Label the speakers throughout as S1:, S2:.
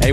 S1: Hey,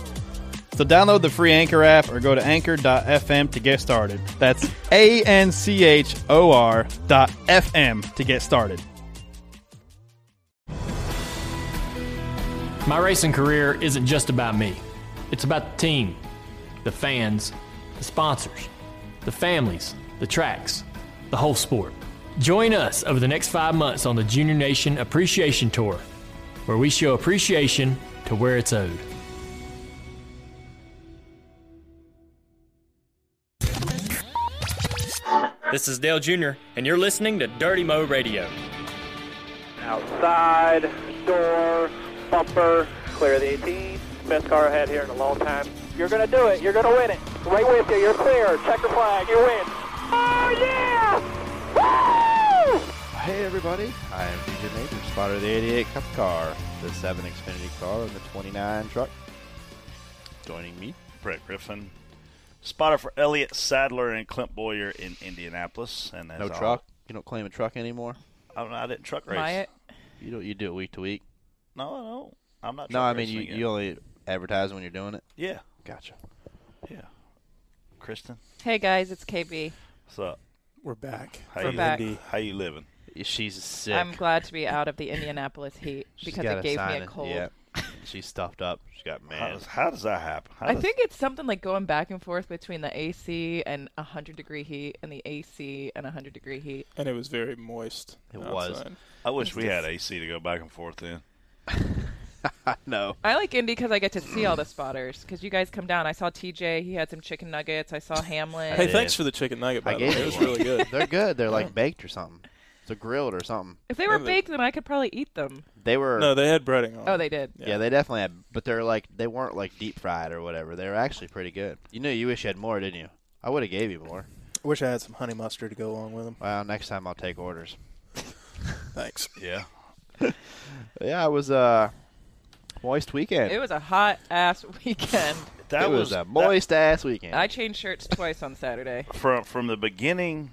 S2: So download the free Anchor app or go to anchor.fm to get started. That's A N C H O R dot FM to get started.
S3: My racing career isn't just about me. It's about the team, the fans, the sponsors, the families, the tracks, the whole sport. Join us over the next five months on the Junior Nation Appreciation Tour, where we show appreciation to where it's owed. This is Dale Jr., and you're listening to Dirty Mo Radio.
S4: Outside, door, bumper, clear of the 18. Best car I had here in a long time. You're going to do it. You're going to win it. Right with you. You're clear. Check the flag. You win. Oh, yeah! Woo!
S5: Hey everybody, I am DJ Major, spotter of the 88 Cup car, the 7 Xfinity car, and the 29 truck. Joining me,
S6: Brett Griffin, spotter for Elliot Sadler and Clint Boyer in Indianapolis. And Oh, as
S5: no
S6: al-
S5: truck. You don't claim a truck anymore.
S6: I'm not in truck race.
S7: Wyatt.
S5: You don't. You do it week to week.
S6: No, I don't. I'm not.
S5: No,
S6: truck
S5: I mean
S6: racing
S5: you,
S6: again.
S5: you only advertise when you're doing it.
S6: Yeah,
S5: Gotcha.
S6: yeah. Kristen,
S7: Hey guys, it's KB.
S6: what's up?
S8: We're back.
S6: How
S7: We're
S6: you
S7: back.
S6: How you living?
S5: She's sick.
S7: I'm glad to be out of the Indianapolis heat
S5: She's
S7: because
S5: got
S7: it gave me a
S5: sinus.
S7: cold.
S5: Yeah. She's stuffed up. She got
S6: How
S5: mad.
S6: does, how does that happen? How
S7: I
S6: does-
S7: think it's something like going back and forth between the AC and 100 degree heat and the AC and 100 degree heat.
S8: And it was very moist.
S5: It was.
S8: outside.
S6: I wish we had AC to go back and forth in.
S5: No.
S7: I like Indy because I get to see all the spotters because you guys come down. I saw TJ, he had some chicken nuggets. I saw Hamlin.
S8: Hey,
S5: Yeah.
S8: thanks for the chicken nugget, by
S5: I
S8: the way.
S5: gave
S8: It
S5: you
S8: was
S5: one.
S8: really good.
S5: They're good. They're like baked or something. They're grilled or something.
S7: if they were
S8: Hey,
S7: baked, then I could probably eat them.
S5: They were.
S8: No, they had breading on.
S7: Oh,
S8: it.
S7: they did.
S5: Yeah, they definitely had, but they're like they weren't like deep fried or whatever. They were actually pretty good. You knew you wish you had more, didn't you? I would have gave you more.
S8: Wish I had some honey mustard to go along with them.
S5: Well, next time I'll take orders.
S8: Thanks.
S6: Yeah.
S5: Yeah, it was a moist weekend.
S7: It was a hot ass weekend.
S6: That
S5: It was, a
S6: that-
S5: moist ass weekend.
S7: I changed shirts twice on Saturday.
S6: from from the beginning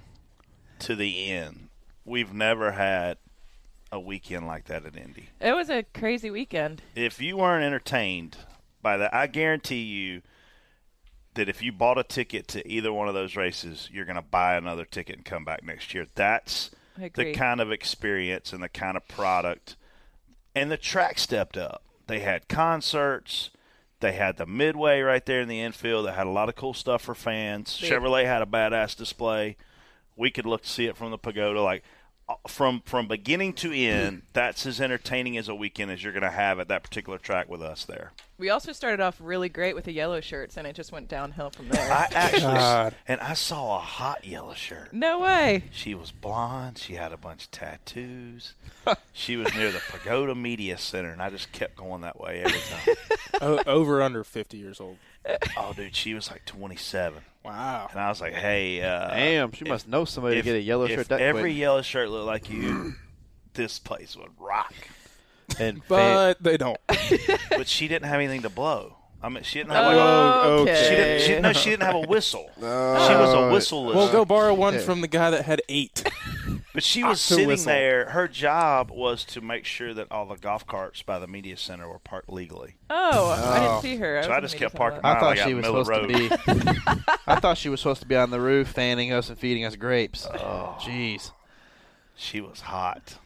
S6: to the end. We've never had a weekend like that at Indy.
S7: It was a crazy weekend.
S6: If you weren't entertained by that, I guarantee you that if you bought a ticket to either one of those races, you're going to buy another ticket and come back next year. That's
S7: I
S6: the
S7: agree.
S6: kind of experience and the kind of product. And the track stepped up. They had concerts. They had the midway right there in the infield. They had a lot of cool stuff for fans. Chevrolet had a badass display. We could look see it from the pagoda, like uh, from from beginning to end. That's as entertaining as a weekend as you're going to have at that particular track with us there.
S7: We also started off really great with the yellow shirts, and it just went downhill from there.
S6: I actually
S8: God.
S6: and I saw a hot yellow shirt.
S7: no way.
S6: She was blonde. She had a bunch of tattoos. she was near the Pagoda Media Center, and I just kept going that way every time.
S8: o- over under 50 years old.
S6: oh, dude, she was like 27,
S8: Wow.
S6: and I was like, "Hey, uh,
S5: Damn, she must know somebody
S6: if-
S5: to get a yellow
S6: if
S5: shirt that
S6: every
S5: quick.
S6: yellow shirt looked like you, this place would rock."
S5: And fan-
S8: But they don't.
S6: But she didn't have anything to blow. I mean, she didn't have like
S8: Oh,
S6: a, she
S7: okay.
S6: didn't, she, no, she didn't have a whistle. She was a whistleless.
S8: Well, go borrow one from the guy that had eight.
S6: But she was
S8: Octo
S6: sitting
S8: whistle.
S6: there. Her job was to make sure that all the golf carts by the media center were parked legally.
S7: Oh, I didn't see her. I
S6: So
S7: was
S6: I
S7: in the
S6: just
S7: meeting
S6: kept parking
S7: somewhere.
S5: I
S6: Wow,
S5: thought
S6: like out
S5: she
S6: in
S5: was
S6: the middle
S5: supposed to be. I thought she was supposed to be on the roof, fanning us and feeding us grapes. Oh, jeez.
S6: She was hot.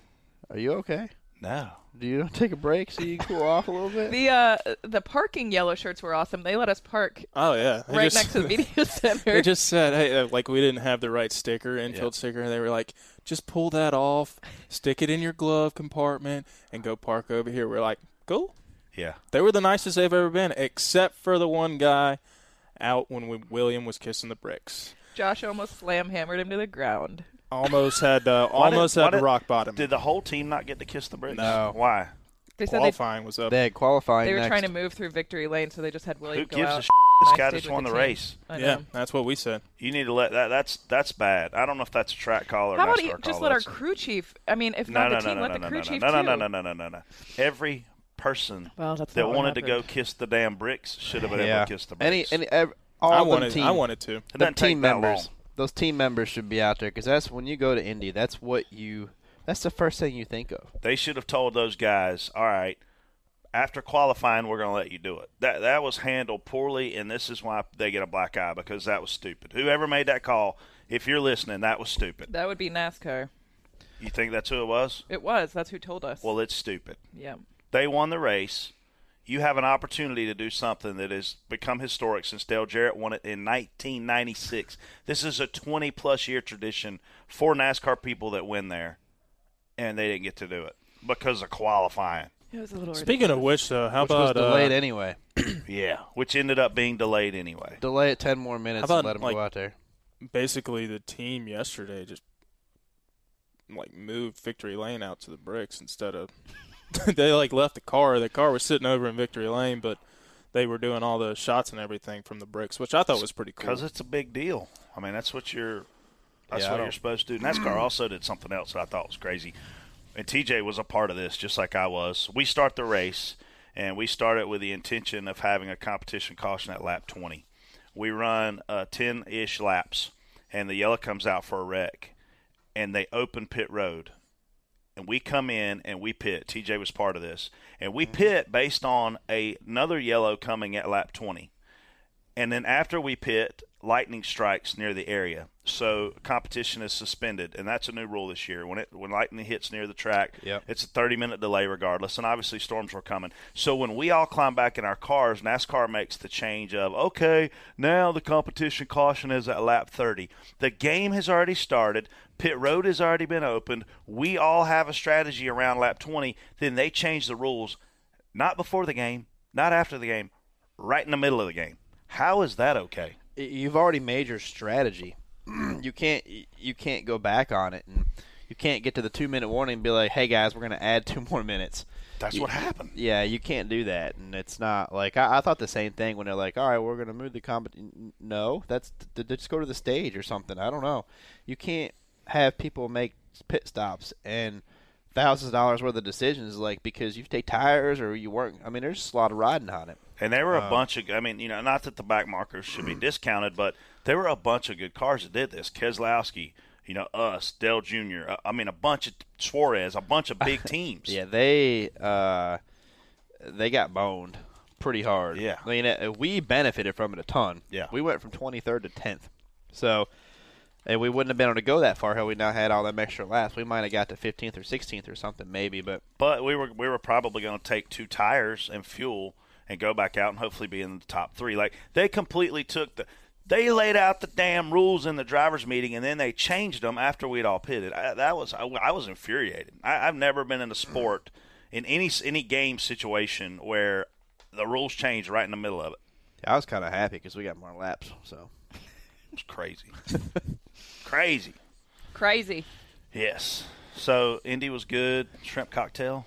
S5: Are you okay?
S6: No.
S5: Do you take a break so you can cool off a little bit?
S7: The uh, the parking yellow shirts were awesome. They let us park
S8: Oh yeah, They
S7: right
S8: just-
S7: next to the media center.
S8: They just said, hey, uh, like we didn't have the right sticker, infield sticker, and they were like, just pull that off, stick it in your glove compartment, and go park over here. We're like, cool.
S6: Yeah.
S8: They were the nicest they've ever been, except for the one guy out when we, William was kissing the bricks.
S7: Josh almost slam hammered him to the ground.
S8: Almost had uh,
S6: Why did-
S8: almost
S6: why
S8: had
S6: did-
S8: rock bottom.
S6: Did the whole team not get to kiss the bricks?
S8: No.
S6: Why?
S7: They said they,
S8: Qualifying was up.
S5: They had qualifying.
S7: they were
S5: next.
S7: trying to move through victory lane, so they just had William
S6: Who
S7: go
S6: gives
S7: out.
S6: a shit? This guy
S7: backstage
S6: just
S7: with
S6: won the
S7: team.
S6: race.
S7: I know.
S8: yeah, that's what we said.
S6: You need to let that. That's that's bad. I don't know if that's a track call or
S7: How
S6: an
S7: about
S6: NASCAR
S7: you just
S6: call.
S7: let our
S6: That's-
S7: crew chief? I mean, if
S6: no,
S7: not
S6: no,
S7: the
S6: no,
S7: team,
S6: no,
S7: let
S6: no,
S7: the
S6: no,
S7: crew
S6: no,
S7: chief
S6: no, no,
S7: too.
S6: no, no, no, no, no, no. Every person
S7: Well, that's
S6: that
S7: not what
S6: wanted to go
S7: happened.
S6: kiss the damn bricks should have been
S5: Yeah.
S6: able to kiss the
S5: Any,
S6: bricks.
S5: any, ev- all
S8: I
S5: of them
S8: wanted.
S5: team,
S8: I wanted to.
S6: it
S5: the
S6: doesn't take
S5: team
S6: that
S5: members.
S6: long.
S5: Those team members should be out there because that's when you go to Indy. That's what you. That's the first thing you think of.
S6: They should have told those guys, all right, after qualifying, we're going to let you do it. That that was handled poorly, and this is why they get a black eye because that was stupid. Whoever made that call, if you're listening, that was stupid.
S7: That would be NASCAR.
S6: You think that's who it was?
S7: It was. That's who told us.
S6: Well, it's stupid.
S7: yeah.
S6: They won the race. You have an opportunity to do something that has become historic since Dale Jarrett won it in 1996. This is a 20 plus year tradition for NASCAR people that win there, and they didn't get to do it because of qualifying.
S7: It was a little.
S8: Speaking of which, though, how
S5: Which was
S8: about
S5: delayed
S8: uh,
S5: anyway.
S6: Yeah, which ended up being delayed anyway.
S5: Delay it ten more minutes
S8: How about,
S5: and let them
S8: like,
S5: go out there.
S8: basically the team yesterday just like moved Victory Lane out to the bricks instead of they like left the car. The car was sitting over in Victory Lane, but they were doing all the shots and everything from the bricks, which I thought was pretty cool.
S6: because it's a big deal. I mean, that's what you're that's
S5: Yeah, I
S6: what
S5: don't-
S6: you're supposed to do. NASCAR also did something else that I thought was crazy, and TJ was a part of this, just like I was. We start the race, and we start it with the intention of having a competition caution at lap 20. We run uh, 10-ish laps, and the yellow comes out for a wreck, and they open pit road. And we come in and we pit. TJ was part of this. And
S5: Mm-hmm.
S6: we pit based on a, another yellow coming at lap 20 and then after we pit, lightning strikes near the area, so competition is suspended, and that's a new rule this year. When it when lightning hits near the track,
S5: Yep.
S6: it's a 30 minute delay regardless, and obviously storms were coming. So when we all climb back in our cars, NASCAR makes the change of okay, now the competition caution is at lap 30. The game has already started. Pit road has already been opened. We all have a strategy around lap 20. Then they change the rules not before the game, not after the game, right in the middle of the game. How is that okay?
S5: y- you've already made your strategy. you can't y- you can't go back on it, and you can't get to the two minute warning and be like, "Hey guys, we're going to add two more minutes."
S6: That's what happened.
S5: Yeah, you can't do that, and it's not like I, I thought the same thing when they're like, "All right, we're going to move the combat." No, that's th- th- just go to the stage or something. I don't know. You can't have people make pit stops and thousands of dollars worth of decisions like because you take tires or you weren't. I mean, there's a lot of riding on it.
S6: And there were a bunch of, I mean, you know, not that the back markers should be discounted, but there were a bunch of good cars that did this. Keselowski, you know, us, Dell Jr., uh, I mean, a bunch of Suarez, a bunch of big teams.
S5: Yeah, they uh, they got boned pretty hard.
S6: Yeah.
S5: I mean uh, we benefited from it a ton.
S6: Yeah.
S5: we went from twenty third to tenth, so and we wouldn't have been able to go that far had we not had all them extra laps. We might have got to fifteenth or sixteenth or something maybe, but
S6: But we were we were probably going to take two tires and fuel and go back out and hopefully be in the top three. Like they completely took the they laid out the damn rules in the drivers' meeting and then they changed them after we'd all pitted. I, that was I, I was infuriated. I, I've never been in a sport in any s- any game situation where the rules change right in the middle of it.
S5: I was kind of happy because we got more laps. So
S6: It's crazy, crazy.
S7: crazy.
S6: Yes. So Indy was good. Shrimp cocktail.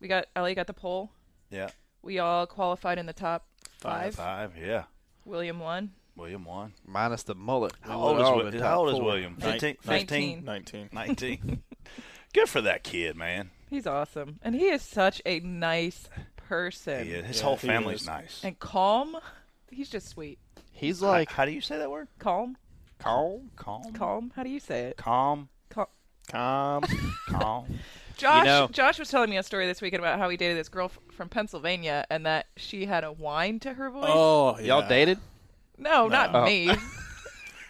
S7: We got Ellie got the pole.
S6: Yeah.
S7: We all qualified in the top five.
S6: Five. Yeah.
S7: William won.
S6: William won.
S5: minus the mullet, we
S6: How
S5: would've
S6: old is,
S5: all
S6: Wi-
S5: been
S6: how
S5: top
S6: old is
S5: four.
S6: William? 19, 19.
S7: 19.
S8: 19.
S6: 19. Good for that kid, man.
S7: He's awesome, and he is such a nice person
S6: He is. His whole
S8: he
S6: family's
S8: is.
S6: nice.
S7: and calm. He's just sweet.
S5: He's
S6: How-
S5: like
S6: how do you say that word?
S7: Calm,
S5: calm.
S6: Calm.
S7: calm. How do you say it?
S6: Calm.
S7: Calm.
S8: Calm.
S6: Calm.
S7: Josh,
S5: know-
S7: Josh was telling me a story this weekend about how he dated this girl f- from Pennsylvania and that she had a whine to her voice.
S8: oh, yeah.
S5: Y'all dated?
S7: no, not
S5: Oh.
S7: me.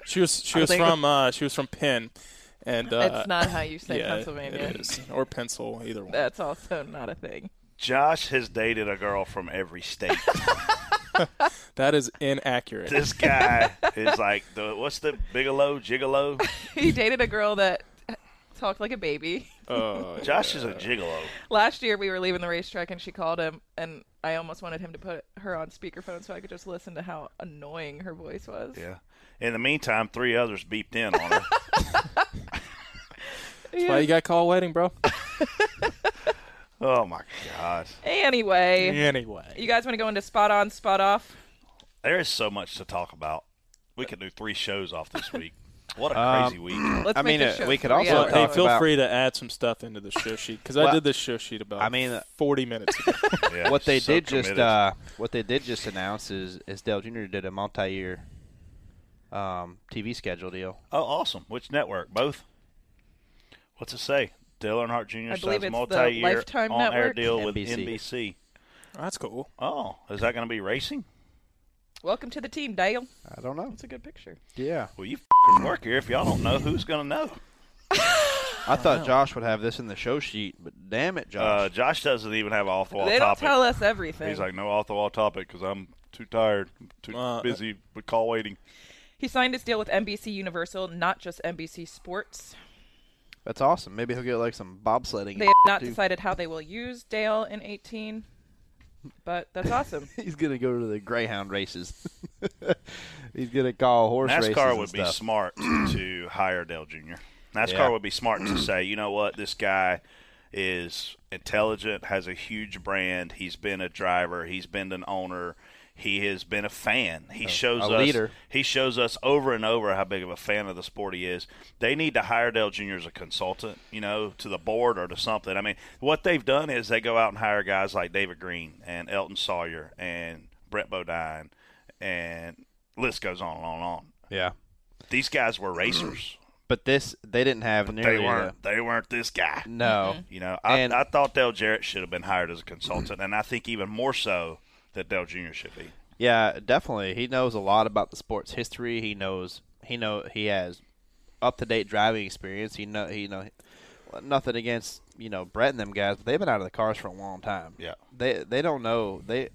S8: She was she was
S5: think-
S8: from uh, she was from Penn, And uh,
S7: That's not how you say
S8: yeah,
S7: Pennsylvania.
S8: it is. or pencil, either one.
S7: That's also not a thing.
S6: Josh has dated a girl from every state.
S8: That is inaccurate.
S6: this guy is like the what's the Bigelow Gigolo?
S7: He dated a girl that talked like a baby.
S8: Uh,
S6: Josh is a gigolo.
S7: Last year we were leaving the racetrack and she called him and I almost wanted him to put her on speakerphone so I could just listen to how annoying her voice was.
S6: Yeah. In the meantime, three others beeped in on her.
S8: That's why you got call waiting, bro.
S6: oh my God.
S7: Anyway,
S8: anyway,
S7: you guys want to go into spot on, spot off?
S6: There is so much to talk about. We could do three shows off this week. What a
S5: Um,
S6: crazy week.
S7: Let's
S5: I
S7: make
S5: mean,
S7: this
S5: uh,
S7: show
S5: we could
S7: three
S5: also
S7: hours.
S5: talk
S8: hey, feel
S5: about-
S8: free to add some stuff into the show sheet because I
S5: Well,
S8: did this show sheet about.
S5: I mean, uh,
S8: forty minutes ago.
S6: Yeah,
S5: what they
S6: so
S5: did just
S6: committed.
S5: uh, what they did just announce is is Dale Jr. did a multi-year um, TV schedule deal.
S6: oh, awesome. Which network? Both? What's it say? Dale Earnhardt Jr.
S7: I believe
S6: signs
S7: it's the
S6: multi-year
S7: Lifetime
S6: on-air
S7: Network.
S6: deal with
S5: NBC.
S6: NBC.
S8: That's cool.
S6: Oh, is that going to be racing?
S7: Welcome to the team, Dale.
S5: I don't know.
S7: That's a good picture.
S5: Yeah,
S6: Well, you f***ing work here. If y'all don't know, who's going to know?
S5: I thought Josh would have this in the show sheet, but damn it,
S6: Uh,
S5: Josh!
S6: Josh doesn't even have an off-the-wall
S7: they
S6: topic.
S7: don't tell us everything.
S6: He's like, no off-the-wall topic because I'm too tired, I'm too
S8: Uh,
S6: busy with call waiting.
S7: he signed his deal with NBC Universal, not just NBC Sports.
S5: That's awesome. Maybe he'll get like some bobsledding.
S7: They have not
S5: Dude,
S7: decided how they will use Dale in 18, but that's awesome.
S5: He's gonna go to the greyhound races. He's gonna call horse races.
S6: NASCAR
S5: and
S6: would be
S5: stuff.
S6: smart to hire Dale Jr. NASCAR
S5: Yeah.
S6: would be smart to say, you know what, this guy is intelligent, has a huge brand. He's been a driver. He's been an owner. He has been a fan. He shows us
S5: leader.
S6: he shows us over and over how big of a fan of the sport he is. They need to hire Dale Jr. as a consultant, you know, to the board or to something. I mean, what they've done is they go out and hire guys like David Green and Elton Sawyer and Brett Bodine and list goes on and on and on
S5: Yeah,
S6: these guys were racers.
S5: but this they didn't have nearly.
S6: they weren't.
S5: the-
S6: They weren't this guy.
S5: no,
S6: You know, I,
S5: Oh, And-
S6: I thought Dale Jarrett should have been hired as a consultant, and I think even more so that Dale Jr. should be.
S5: Yeah, definitely. He knows a lot about the sport's history. He knows he know he has up to date driving experience. He know he know well, nothing against you know Brett and them guys, but they've been out of the cars for a long time.
S6: Yeah.
S5: they they don't know they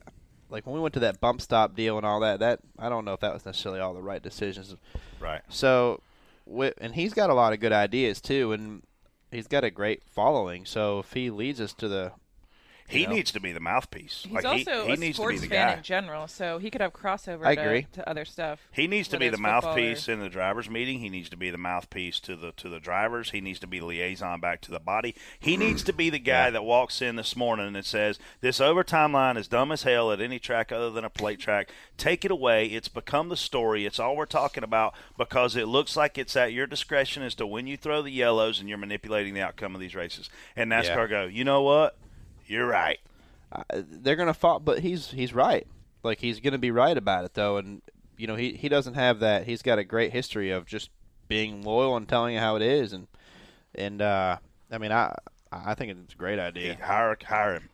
S5: like when we went to that bump stop deal and all that. That I don't know if that was necessarily all the right decisions.
S6: Right.
S5: So, wi- and he's got a lot of good ideas too, and he's got a great following. So if he leads us to the
S6: He needs to be the mouthpiece.
S7: He's
S6: like he,
S7: also
S6: he
S7: a
S6: needs to
S7: sports
S6: be the
S7: fan
S6: guy.
S7: in general, so he could have crossover
S5: I
S7: to-
S5: agree.
S7: To, other stuff.
S6: He needs to
S7: whether
S6: be the
S7: it's football or-
S6: mouthpiece in the drivers' meeting. He needs to be the mouthpiece to the to the drivers. He needs to be liaison back to the body. He needs to be the guy that walks in this morning and says, "This overtime line is dumb as hell at any track other than a plate track. Take it away. It's become the story. It's all we're talking about because it looks like it's at your discretion as to when you throw the yellows and you're manipulating the outcome of these races." And NASCAR go, "You know what? You're right."
S5: they're gonna fall. But he's he's right. Like he's gonna be right about it though, and you know he he doesn't have that. He's got a great history of just being loyal and telling you how it is, and and uh, I mean I I think it's a great idea.
S6: Hire hire him.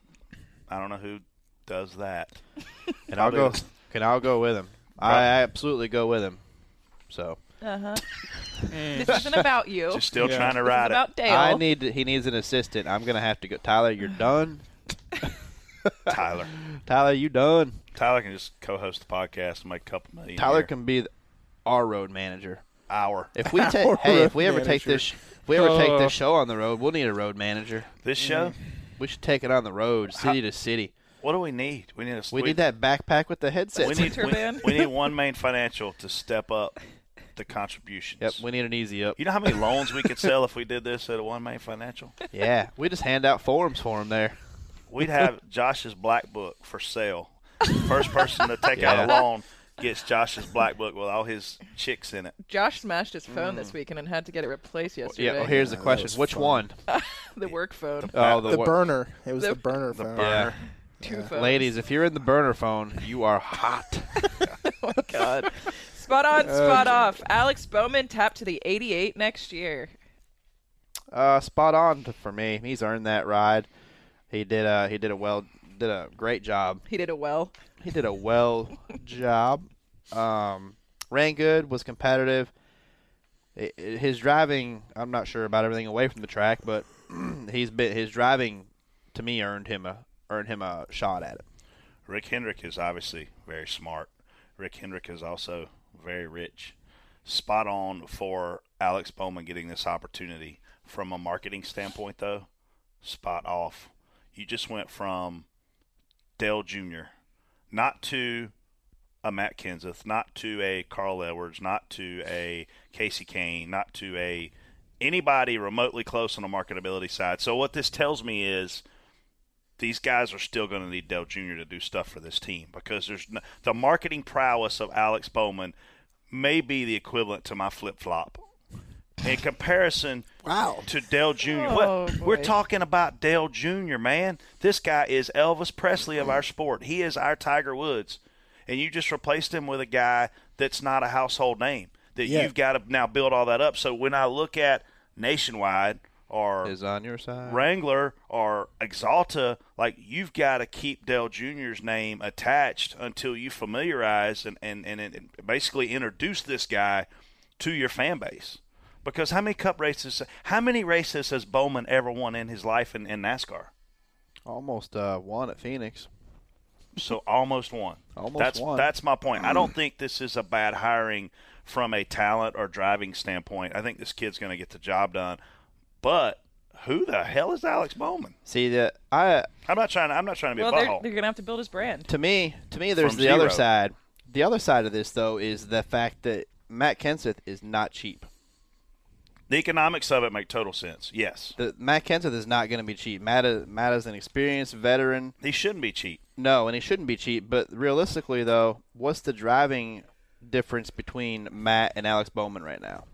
S6: I don't know who does that.
S5: and I'll go.
S6: probably-
S5: Can I'll go with him? I, I absolutely go with him. So
S7: This isn't about you.
S6: Just still
S8: Yeah.
S6: trying to
S7: Oh, This is
S6: ride it.
S7: about Dale.
S5: I need he needs an assistant. I'm gonna have to go. Tyler, you're done.
S6: Tyler.
S5: Tyler, you done.
S6: Tyler can just co-host the podcast and make a couple million.
S5: Tyler
S6: here.
S5: can be th- our road manager.
S6: hour.
S5: If we take hey, if we ever take this, sh- if we ever take this show on the road, we'll need a road manager.
S6: This show,
S5: We should take it on the road, city to city.
S6: what do we need? We need a.
S5: We need that backpack with the
S6: We
S5: headsets.
S6: need.
S7: Winter
S6: We,
S7: band.
S6: we need one main financial to step up the contributions.
S5: yep, we need an easy up.
S6: you know how many loans we could sell if we did this at a one main financial?
S5: Yeah, we just hand out forms for them there.
S6: We'd have Josh's black book for sale. First person to take out a
S5: Yeah.
S6: loan gets Josh's black book with all his chicks in it.
S7: Josh smashed his phone this weekend and had to get it replaced yesterday.
S5: Yeah, well, here's the question: Which one?
S7: the work phone,
S5: Oh,
S8: The
S5: wor-
S8: burner. It was
S7: The-
S8: the, burner phone.
S5: Yeah.
S7: two phones.
S5: Ladies, if you're in the burner phone, you are hot.
S7: God. Spot on, spot off. Alex Bowman tapped to the 88 next year.
S5: Uh, spot on t- for me. He's earned that ride. He did. Uh, he did a well. Did a great job.
S7: He did a well.
S5: He did a well job. Um, ran good. Was competitive. i- i- his driving. I'm not sure about everything away from the track, but he's been his driving to me earned him a earned him a shot at it.
S6: Rick Hendrick is obviously very smart. Rick Hendrick is also very rich. Spot on for Alex Bowman getting this opportunity. From a marketing standpoint, though, spot off. You just went from Dale Jr., not to a Matt Kenseth, not to a Carl Edwards, not to a Casey Kane, not to a anybody remotely close on the marketability side. So what this tells me is these guys are still going to need Dell Jr. to do stuff for this team because there's no, the marketing prowess of Alex Bowman may be the equivalent to my flip flop in comparison.
S9: Wow.
S6: to Dell Jr.
S7: Oh,
S6: What- we're
S7: boy.
S6: talking about Dell Jr. Man, this guy is Elvis Presley of our sport. He is our Tiger Woods, and you just replaced him with a guy that's not a household name. That
S9: Yeah.
S6: you've got to now build all that up. So when I look at nationwide or
S5: Is on your side.
S6: Wrangler or Exalta, like you've got to keep Dell Jr.'s name attached until you familiarize and, and, and, and basically introduce this guy to your fan base. Because how many cup races, how many races has Bowman ever won in his life in, in NASCAR?
S5: Almost uh, one at Phoenix.
S6: So almost one.
S5: Almost
S6: that's,
S5: one.
S6: That's my point. I don't think this is a bad hiring from a talent or driving standpoint. I think this kid's going to get the job done. But who the hell is Alex Bowman?
S5: See that I
S6: I'm not trying. I'm not trying to be
S7: Well,
S6: a
S7: they're,
S6: butthole.
S7: they're gonna have to build his brand.
S5: to me to me there's
S6: From
S5: the other
S6: zero.
S5: side. The other side of this though is the fact that Matt Kenseth is not cheap.
S6: The economics of it make total sense. Yes,
S5: The, Matt Kenseth is not going to be cheap. Matt is, Matt is an experienced veteran.
S6: he shouldn't be cheap.
S5: No, and he shouldn't be cheap. But realistically, though, what's the driving difference between Matt and Alex Bowman right now?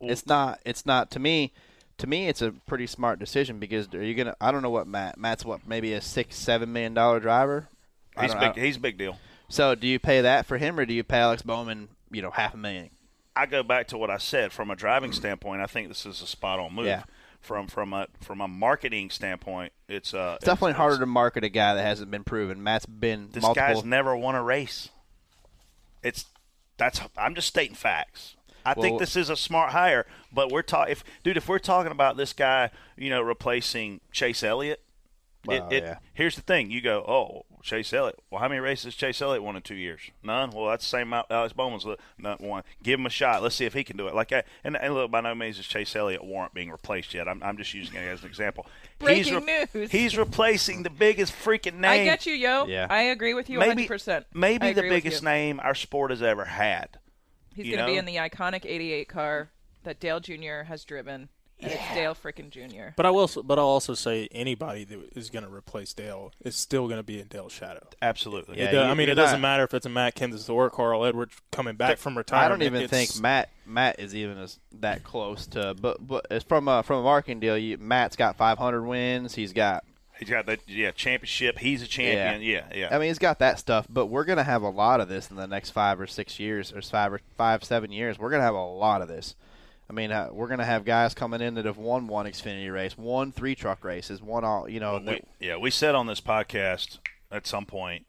S5: It's not. It's not to me. To me, it's a pretty smart decision because are you gonna? I don't know what Matt. Matt's what maybe a six, seven million dollar driver. I
S6: He's
S5: don't-
S6: big.
S5: I-
S6: He's a big deal.
S5: So do you pay that for him or do you pay Alex Bowman? You know, half a million.
S6: I go back to what I said from a driving standpoint. I think this is a spot on move.
S5: Yeah.
S6: From from a from a marketing standpoint, it's uh
S5: It's definitely harder to market a guy that hasn't been proven. Matt's been
S6: This
S5: multiple.
S6: guy's never won a race. It's that's I'm just stating facts. I think
S5: Well-
S6: this is a smart hire, but we're talking if dude, if we're talking about this guy, you know, replacing Chase Elliott, it,
S5: Well,
S6: it,
S5: yeah.
S6: here's the thing. You go, oh, Chase Elliott. Well, how many races Chase Elliott won in two years? None. Well, that's the same amount Alex Bowman's li- not one. Give him a shot. Let's see if he can do it. Like, I, and, and look, by no means is Chase Elliott warrant being replaced yet. I'm, I'm just using it as an example. he's
S7: Breaking news.
S6: He's replacing the biggest freaking name
S7: I get you, yo.
S5: Yeah.
S7: I agree with you 100%. I
S6: maybe the
S7: agree with
S6: biggest
S7: you.
S6: name our sport has ever had.
S7: He's
S6: you
S7: gonna be
S6: know?
S7: in the iconic '88 car that Dale Jr. has driven, and it's Dale frickin' Jr.
S8: But I will. s- But I'll also say anybody that is going to replace Dale is still going to be in Dale's shadow.
S6: Absolutely.
S8: It
S5: Yeah,
S8: do-
S5: you-
S8: I mean,
S5: you're
S8: it doesn't
S5: not-
S8: matter if it's a Matt Kenseth or Carl Edwards coming back from
S5: I
S8: retirement.
S5: don't even
S8: It's-
S5: think Matt Matt is even as that close to. But but it's from a from a marketing deal. You, Matt's got 500 wins. He's got.
S6: He's got that yeah, championship. He's a champion. Yeah, yeah.
S5: I mean, he's got that stuff. But we're gonna have a lot of this in the next five or six years, or five or five seven years. We're gonna have a lot of this. I mean, uh, we're gonna have guys coming in that have won one Xfinity race, won three truck races, won all. You know,
S6: we, yeah, we said on this podcast at some point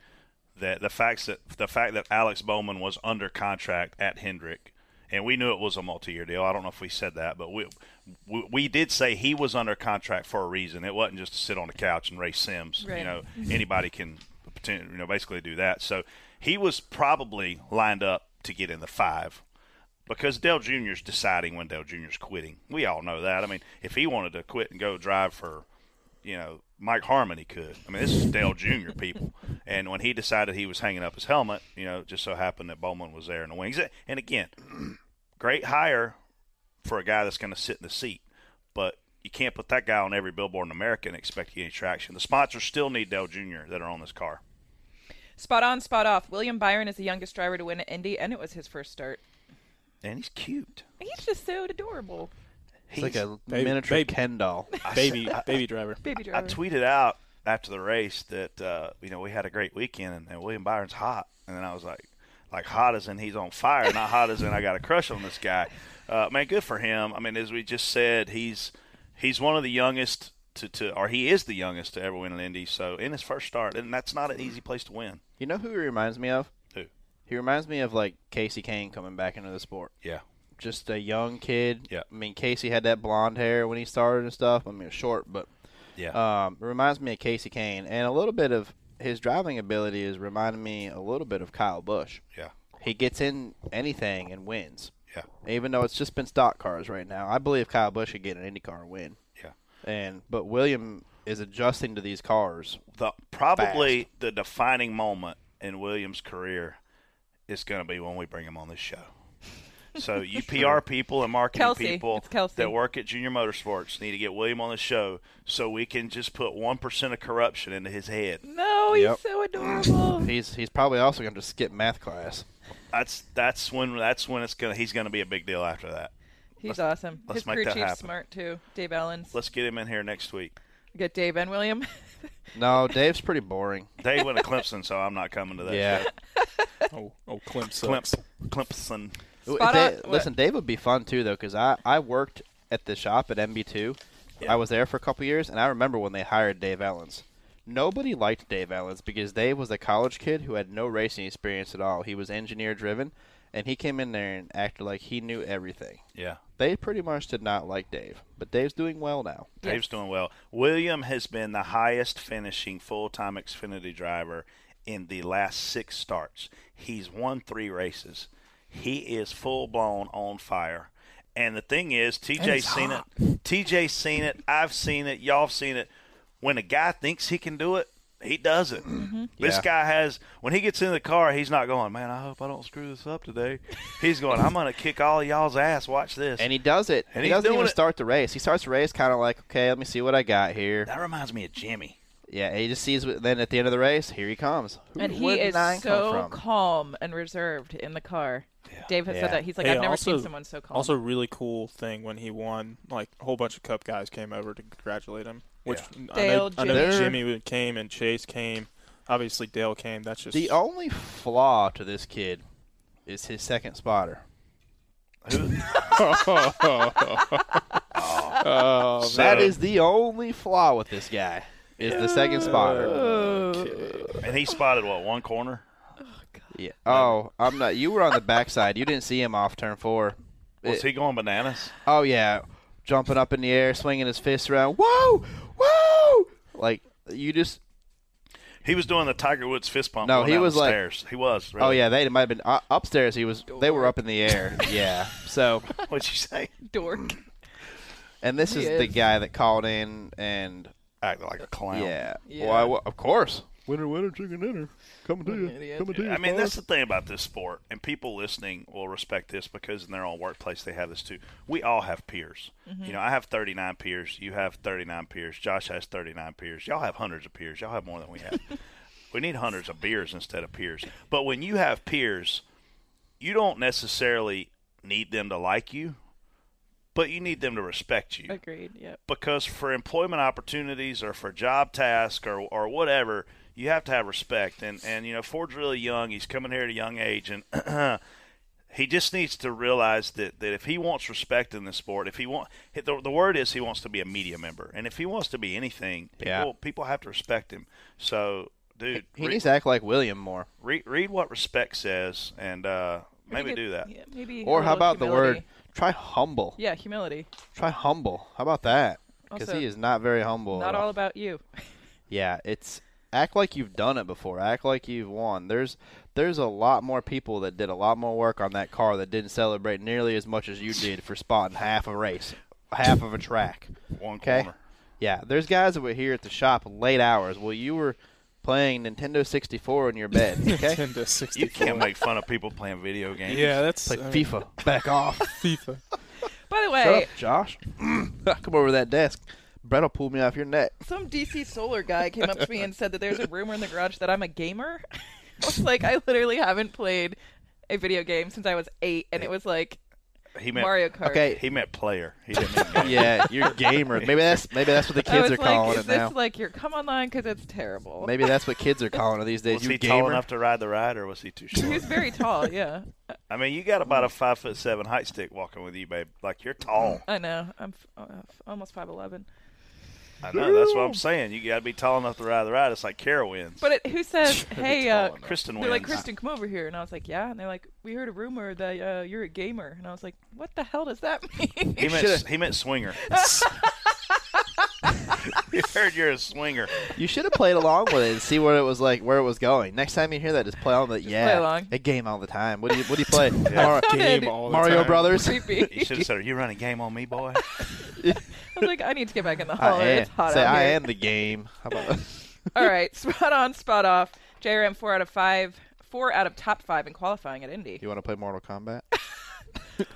S6: that the facts that the fact that Alex Bowman was under contract at Hendrick, and we knew it was a multi-year deal. I don't know if we said that, but we we, we did say he was under contract for a reason. It wasn't just to sit on the couch and race Sims. You
S7: Right.
S6: know, anybody can pretend- you know basically do that. So he was probably lined up to get in the five because Dell Jr.'s deciding when Dell Jr.'s quitting. We all know that. I mean, if he wanted to quit and go drive for, you know, Mike Harmon, he could. I mean, this is Dell Jr. people. And when he decided he was hanging up his helmet, you know, it just so happened that Bowman was there in the wings. And again, great hire for a guy that's going to sit in the seat, but you can't put that guy on every billboard in America and expect any traction. The sponsors still need Dell Jr. that are on this car.
S7: Spot on, spot off. William Byron is the youngest driver to win at Indy, and it was his first start.
S6: And he's cute.
S7: He's just so adorable.
S5: it's like a
S8: Baby-
S5: miniature
S8: baby.
S5: Ken doll.
S8: baby baby driver.
S6: I
S7: Baby driver.
S6: tweeted out after the race that uh, you know we had a great weekend and, and William Byron's hot, and then I was like, like hot as in he's on fire, not hot as in I got a crush on this guy. Uh, man, good for him. I mean, as we just said, he's he's one of the youngest to, to or he is the youngest to ever win an Indy. So in his first start, and that's not an easy place to win.
S5: You know who he reminds me of?
S6: Who?
S5: He reminds me of like Casey Kane coming back into the sport.
S6: Yeah,
S5: just a young kid.
S6: Yeah.
S5: I mean, Casey had that blonde hair when he started and stuff. I mean, it was short, but
S6: Yeah.
S5: um, it reminds me of Casey Kane, and a little bit of his driving ability is reminding me a little bit of Kyle Busch.
S6: yeah.
S5: He gets in anything and wins,
S6: Yeah.
S5: even though it's just been stock cars right now. I believe Kyle Busch should get an IndyCar win,
S6: Yeah.
S5: and but William is adjusting to these cars.
S6: The probably the defining moment in Williams' career is going to be when we bring him on this show. So you PR people and marketing
S7: Kelsey.
S6: people
S7: It's Kelsey.
S6: that work at Junior Motorsports need to get William on the show so we can just put one percent of corruption into his head.
S7: No, he's
S5: Yep.
S7: so adorable.
S5: He's he's probably also going to skip math class.
S6: That's that's when that's when it's gonna he's gonna be a big deal after that.
S7: He's awesome.
S6: let's
S7: His
S6: make
S7: crew
S6: that
S7: chief's
S6: happen.
S7: smart too. Dave Allen's.
S6: Let's get him in here next week.
S7: Get Dave and William.
S5: No, Dave's pretty boring.
S6: Dave went to Clemson, so I'm not coming to that.
S5: Yeah.
S6: show.
S8: Oh, oh, Clemp sucks.
S6: Clemp, Clemson.
S5: If
S7: Spot
S5: they-
S7: on.
S5: listen, Dave would be fun too, though, because I, I worked at the shop at MB2. I was there for a couple years, and I remember when they hired Dave Ellens. Nobody liked Dave Ellens because Dave was a college kid who had no racing experience at all. He was engineer driven, and he came in there and acted like he knew everything.
S6: Yeah.
S5: They pretty much did not like Dave, but Dave's doing well now.
S6: Dave's doing well. William has been the highest finishing full time Xfinity driver in the last six starts. He's won three races. He is full blown on fire. And the thing is, TJ's seen it. TJ's seen it. I've seen it. Y'all've seen it. When a guy thinks he can do it, he does it.
S5: Mm-hmm.
S6: This
S5: Yeah.
S6: guy has, when he gets in the car, he's not going, man, I hope I don't screw this up today. He's going, I'm going to kick all y'all's ass. Watch this.
S5: And he does it.
S6: And
S5: he
S6: he's
S5: doesn't
S6: doing
S5: even
S6: it.
S5: start the race. He starts the race kind of like, okay, let me see what I got here.
S6: that reminds me of Jimmy.
S5: Yeah, he just sees. what- Then at the end of the race, here he comes. Who-
S7: and he
S5: where did
S7: is
S5: nine come
S7: so
S5: from?
S7: calm and reserved in the car. Dave has
S5: Yeah.
S7: said that. He's like,
S8: Hey,
S7: I've never
S8: also-
S7: seen someone so calm.
S8: Also, really cool thing when he won, like a whole bunch of Cup guys came over to congratulate him. Which I know,
S7: Dale,
S8: I
S7: Jimmy.
S8: know
S5: They're-
S8: Jimmy came and Chase came. Obviously, Dale came. That's just
S5: The only flaw to this kid is his second spotter. that is the only flaw with this guy is the second spotter.
S6: And he spotted what one corner.
S5: Yeah. Oh, I'm not. You were on the backside. You didn't see him off turn four.
S6: Was he going bananas?
S5: Oh yeah, jumping up in the air, swinging his fists around. Whoa, whoa! Like you just.
S6: He was doing the Tiger Woods fist pump.
S5: No,
S6: going
S5: he
S6: down
S5: was
S6: the
S5: like-
S6: stairs. he was. Really.
S5: Oh yeah, they might have been uh, upstairs. He was. They were up in the air. Yeah. So.
S6: What'd you say?
S7: dork.
S5: And this is, the guy that called in and
S6: Acting like a clown.
S5: yeah.
S7: Yeah.
S5: Well, I wa- of course.
S2: Winner, winner, chicken dinner. Coming to you.
S7: idiot.
S2: Coming to you.
S6: I mean, that's the thing about this sport, and people listening will respect this because in their own workplace they have this too. We all have peers. You know, I have 39 peers. You have 39 peers. Josh has 39 peers. Y'all have hundreds of peers. Y'all have more than we have. we need hundreds of beers instead of peers. But when you have peers, you don't necessarily need them to like you, but you need them to respect you.
S7: Agreed. Yep.
S6: because for employment opportunities or for job tasks or, or whatever, you have to have respect. And, and, you know, Ford's really young. He's coming here at a young age. And he just needs to realize that, that if he wants respect in the sport, if he want the, the word is he wants to be a media member. And if he wants to be anything, people,
S5: Yeah.
S6: people have to respect him. So, dude,
S5: He
S6: re-
S5: needs to act like William more.
S6: re- read what respect says and uh, maybe do that.
S7: Yeah, maybe.
S5: Or
S7: a
S5: how
S7: little
S5: about the
S7: humility.
S5: word? Try humble.
S7: Yeah, humility.
S5: Try humble. How about that? Because
S7: Also,
S5: he is not very humble.
S7: Not
S5: at all.
S7: all about you.
S5: Yeah, it's act like you've done it before. Act like you've won. There's there's a lot more people that did a lot more work on that car that didn't celebrate nearly as much as you did for spotting half a race, half of a track.
S6: One
S5: Okay.
S6: corner.
S5: Yeah, there's guys that were here at the shop late hours. Well, you were playing Nintendo 64 in your bed. Okay.
S8: 10 to 60.
S6: You can't make fun of people playing video games.
S8: Yeah, that's
S5: Play
S8: I mean,
S5: FIFA. Back off.
S8: FIFA.
S7: By the
S5: Shut
S7: way,
S5: up, Josh. Come over to that desk. Brett will pull me off your neck.
S7: some DC solar guy came up to me and said that there's a rumor in the garage that I'm a gamer. I was like, I literally haven't played a video game since I was eight, and it was like
S6: He meant,
S7: Mario Kart.
S5: Okay.
S6: He meant player. He didn't mean game.
S5: Yeah, you're gamer. Maybe that's maybe that's what the
S7: I
S5: kids
S7: was
S5: are
S7: like,
S5: calling
S7: is
S5: it
S7: this
S5: now.
S7: like your come online because it's terrible?
S5: Maybe that's what kids are calling it these days.
S6: Was
S5: you
S6: he
S5: gamer.
S6: tall enough to ride the ride, or was he too
S7: He
S6: short?
S7: was very tall. Yeah,
S6: I mean, you got about a five foot seven height stick walking with you, babe. Like you're tall.
S7: I know. I'm f- uh, f- almost five eleven.
S6: I know. That's what I'm saying. You got to be tall enough to ride the ride. It's like Carowinds.
S7: But it, who says, hey, uh,
S6: Kristen wins.
S7: they're like, Kristen, come over here. And I was like, yeah. And they're like, we heard a rumor that uh, you're a gamer. And I was like, what the hell does that mean?
S6: He meant, he meant swinger. you heard you're a swinger.
S5: You should have played along with it and see what it was like, where it was going. Next time you hear that, just play on the yeah.
S7: along.
S5: A game all the time. What do you What do you play? Mar-
S7: Game
S8: all the
S5: Mario
S8: time.
S5: Brothers.
S6: You
S7: Creepy.
S6: should have said, "Are you running game on me, boy?"
S7: I was like, I need to get back in the
S5: I
S7: hall.
S5: am.
S7: It's hot
S5: Say,
S7: out
S5: I
S7: here.
S5: am the game. How about
S7: All right, spot on, spot off. JRM four out of five, four out of top five in qualifying at Indy.
S5: you want to play Mortal Kombat?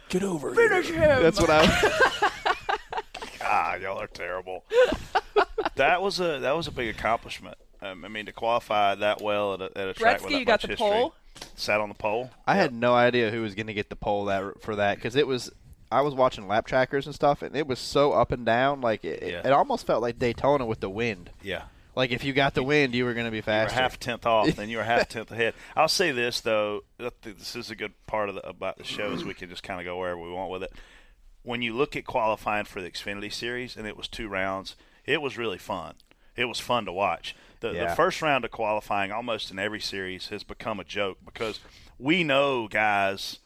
S8: Get over
S7: Finish him.
S5: That's what I.
S6: God, Ah, y'all are terrible. that was a that was a big accomplishment. Um, I mean, to qualify that well at a, at a track with
S7: Gretzky,
S6: that
S7: you got
S6: much
S7: the
S6: history.
S7: pole?
S6: Sat on the pole.
S5: I had no idea who was going to get the poll that for that because it was. I was watching lap trackers and stuff, and it was so up and down. Like it,
S6: Yeah.
S5: it almost felt like Daytona with the wind.
S6: Yeah.
S5: Like if you got the wind, you were going to be
S6: You were
S5: faster.
S6: half tenth off, then you were half tenth ahead. I'll say this though, I think this is a good part of the, about the show is we can just kind of go wherever we want with it. When you look at qualifying for the Xfinity Series, and it was two rounds, it was really fun. It was fun to watch. The, the
S5: Yeah.
S6: first round of qualifying, almost in every series, has become a joke because we know guys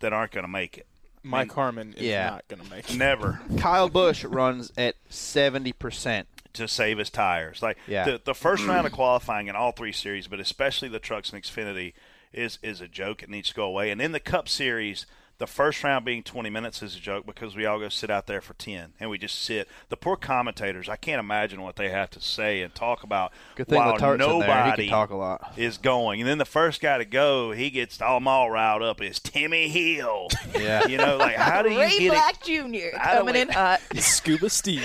S6: that aren't going to make it.
S8: Mike Harmon is
S5: Yeah.
S8: not going to make it.
S6: Never
S5: Kyle Busch runs at seventy percent.
S6: to save his tires. Like
S5: Yeah.
S6: the the first round of qualifying in all three series, but especially the trucks and Xfinity, is is a joke. It needs to go away. And in the Cup Series, the first round being 20 minutes is a joke because we all go sit out there for 10 and we just sit. The poor commentators, I can't imagine what they have to say and talk about.
S5: Good thing
S6: while
S5: the tart's in
S6: nobody
S5: there. He can talk a lot.
S6: is going. And then the first guy to go, he gets all them all riled up. Is Timmy Hill?
S5: Yeah.
S6: you know, like how do you
S7: Ray
S6: get it?
S7: Black Jr.
S6: I don't
S7: coming in
S6: like-
S7: hot.
S8: Scuba Steve.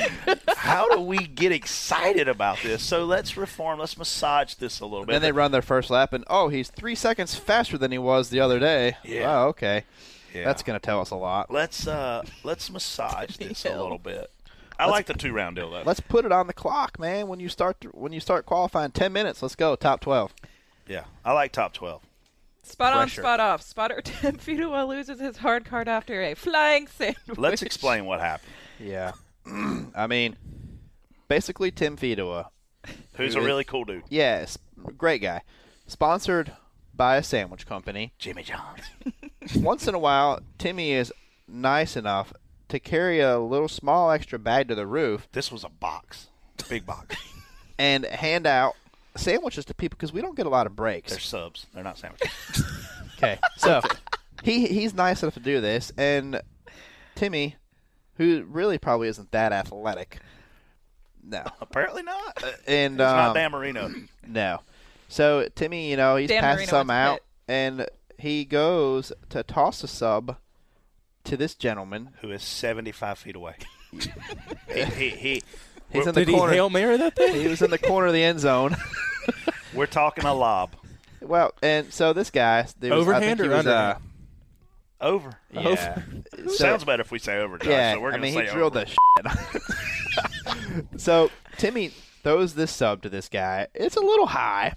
S6: how do we get excited about this? So let's reform. Let's massage this a little bit.
S5: Then they run their first lap, and oh, he's three seconds faster than he was the other day.
S6: Yeah.
S5: Oh, okay.
S6: Yeah.
S5: That's going to tell us a lot.
S6: let's uh, let's massage this a
S7: Hell.
S6: little bit. I like the two round deal though.
S5: Let's put it on the clock, man. When you start when you start qualifying, ten minutes. Let's go top twelve.
S6: yeah, I like top twelve.
S7: Spot on,
S5: Pressure.
S7: spot off. Spotter Tim Fidua loses his hard card after a flying sandwich.
S6: Let's explain what happened.
S5: Yeah. I mean, basically Tim Fedua.
S6: Who's a really cool dude?
S5: Yes, great guy. Sponsored by a sandwich company.
S6: Jimmy Johns.
S5: Once in a while, Timmy is nice enough to carry a little small extra bag to the roof
S6: This was a box, big box.
S5: and hand out sandwiches to people because we don't get a lot of
S6: They're
S5: breaks.
S6: subs. They're not sandwiches.
S5: Okay, so he he's nice enough to do this, and Timmy, who really probably isn't that athletic, no,
S6: Apparently not. It's
S5: and um,
S6: not Dan Marino.
S5: no, so Timmy, you know, he's
S7: Dan
S5: passing
S7: Marino
S5: some
S7: wants to
S5: out, and he goes to toss a sub to this gentleman.
S6: Who is seventy five feet away. he, he, he,
S5: He's in the
S8: Did he
S5: corner.
S8: hail Mary that thing?
S5: he was in the corner of the end zone.
S6: we're talking a lob
S5: well, and so this guy, there was, I think
S8: Overhand
S5: he
S8: or
S5: was, uh,
S8: underhand?
S6: over.
S5: yeah. So-
S6: Sounds better if we say over. Josh,
S5: Yeah,
S6: so we're
S5: I
S6: gonna
S5: mean,
S6: say
S5: he drilled
S6: over.
S5: the shit. so Timmy throws this sub to this guy. It's a little high.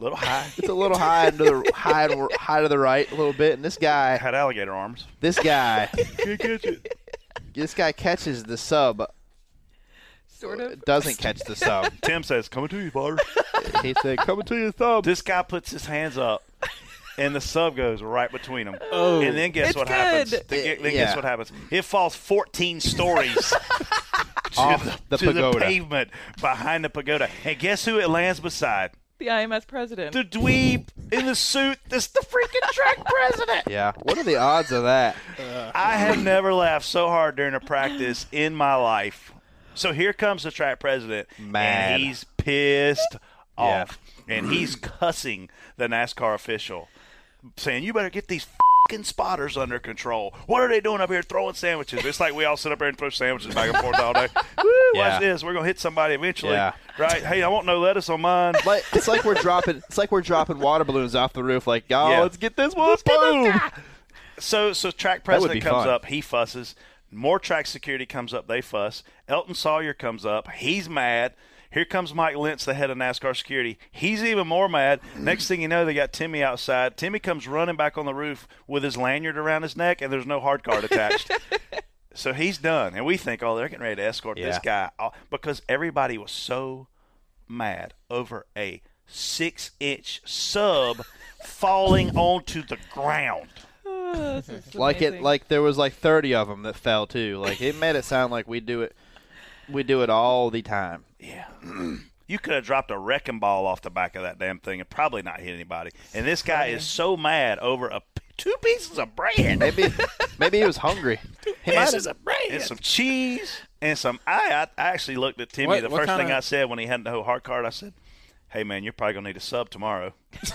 S6: little high.
S5: It's a little high into the high to, high to the right a little bit, and this guy,
S6: Had alligator arms.
S5: this guy, this guy catches the sub.
S7: Sort of.
S5: Doesn't catch the sub.
S6: Tim says, "Coming to you, bar."
S5: He said, "Coming to your thumb."
S6: this guy puts his hands up, and the sub goes right between them.
S8: Oh.
S6: and then guess
S7: It's
S6: what
S7: good.
S6: happens? The- then guess
S5: yeah.
S6: what happens? It falls 14 stories
S5: Off the
S6: to the
S5: pagoda.
S6: pavement behind the pagoda. And guess who it lands beside?
S7: The IMS president.
S6: The dweeb in the suit. That's the freaking track president.
S5: yeah. What are the odds of that?
S6: I have never laughed so hard during a practice in my life. So here comes the track president,
S5: Mad.
S6: and he's pissed
S5: Yeah.
S6: off, and he's cussing the NASCAR official, saying, "You better get these." Fucking spotters under control. What are they doing up here throwing sandwiches? It's like we all sit up here and throw sandwiches back and forth all day. Woo,
S5: Yeah.
S6: Watch this. We're gonna hit somebody eventually,
S5: Yeah.
S6: right? Hey, I want no lettuce on mine.
S5: Like it's like we're dropping. It's like we're dropping water balloons off the roof. Like, oh,
S6: Yeah.
S5: let's get this one. Boom.
S6: So so track
S5: would
S6: president
S5: be
S6: comes
S5: fun.
S6: up, he fusses. More track security comes up, they fuss. Elton Sawyer comes up, he's mad. Here comes Mike Lentz, the head of NASCAR security. He's even more mad. Next thing you know, they got Timmy outside. Timmy comes running back on the roof with his lanyard around his neck, and there's no hard card attached. So he's done, and we think, oh, they're getting ready to escort this
S5: Yeah.
S6: guy off- because everybody was so mad over a six-inch sub falling onto the ground.
S7: Oh, this is
S5: like it
S7: amazing.
S5: like there was like 30 of them that fell too like it made it sound like we do it we do it all the time
S6: Yeah. You could have dropped a wrecking ball off the back of that damn thing and probably not hit anybody. And this guy is so mad over a p- two pieces of bread.
S5: maybe maybe he was hungry he might have,
S6: and some cheese and some. I I, I actually looked at Timmy.
S8: What-
S6: the
S8: what
S6: first thing
S8: kinda-
S6: I said when he had the whole heart card, I said, "Hey man, you're probably gonna need a sub tomorrow."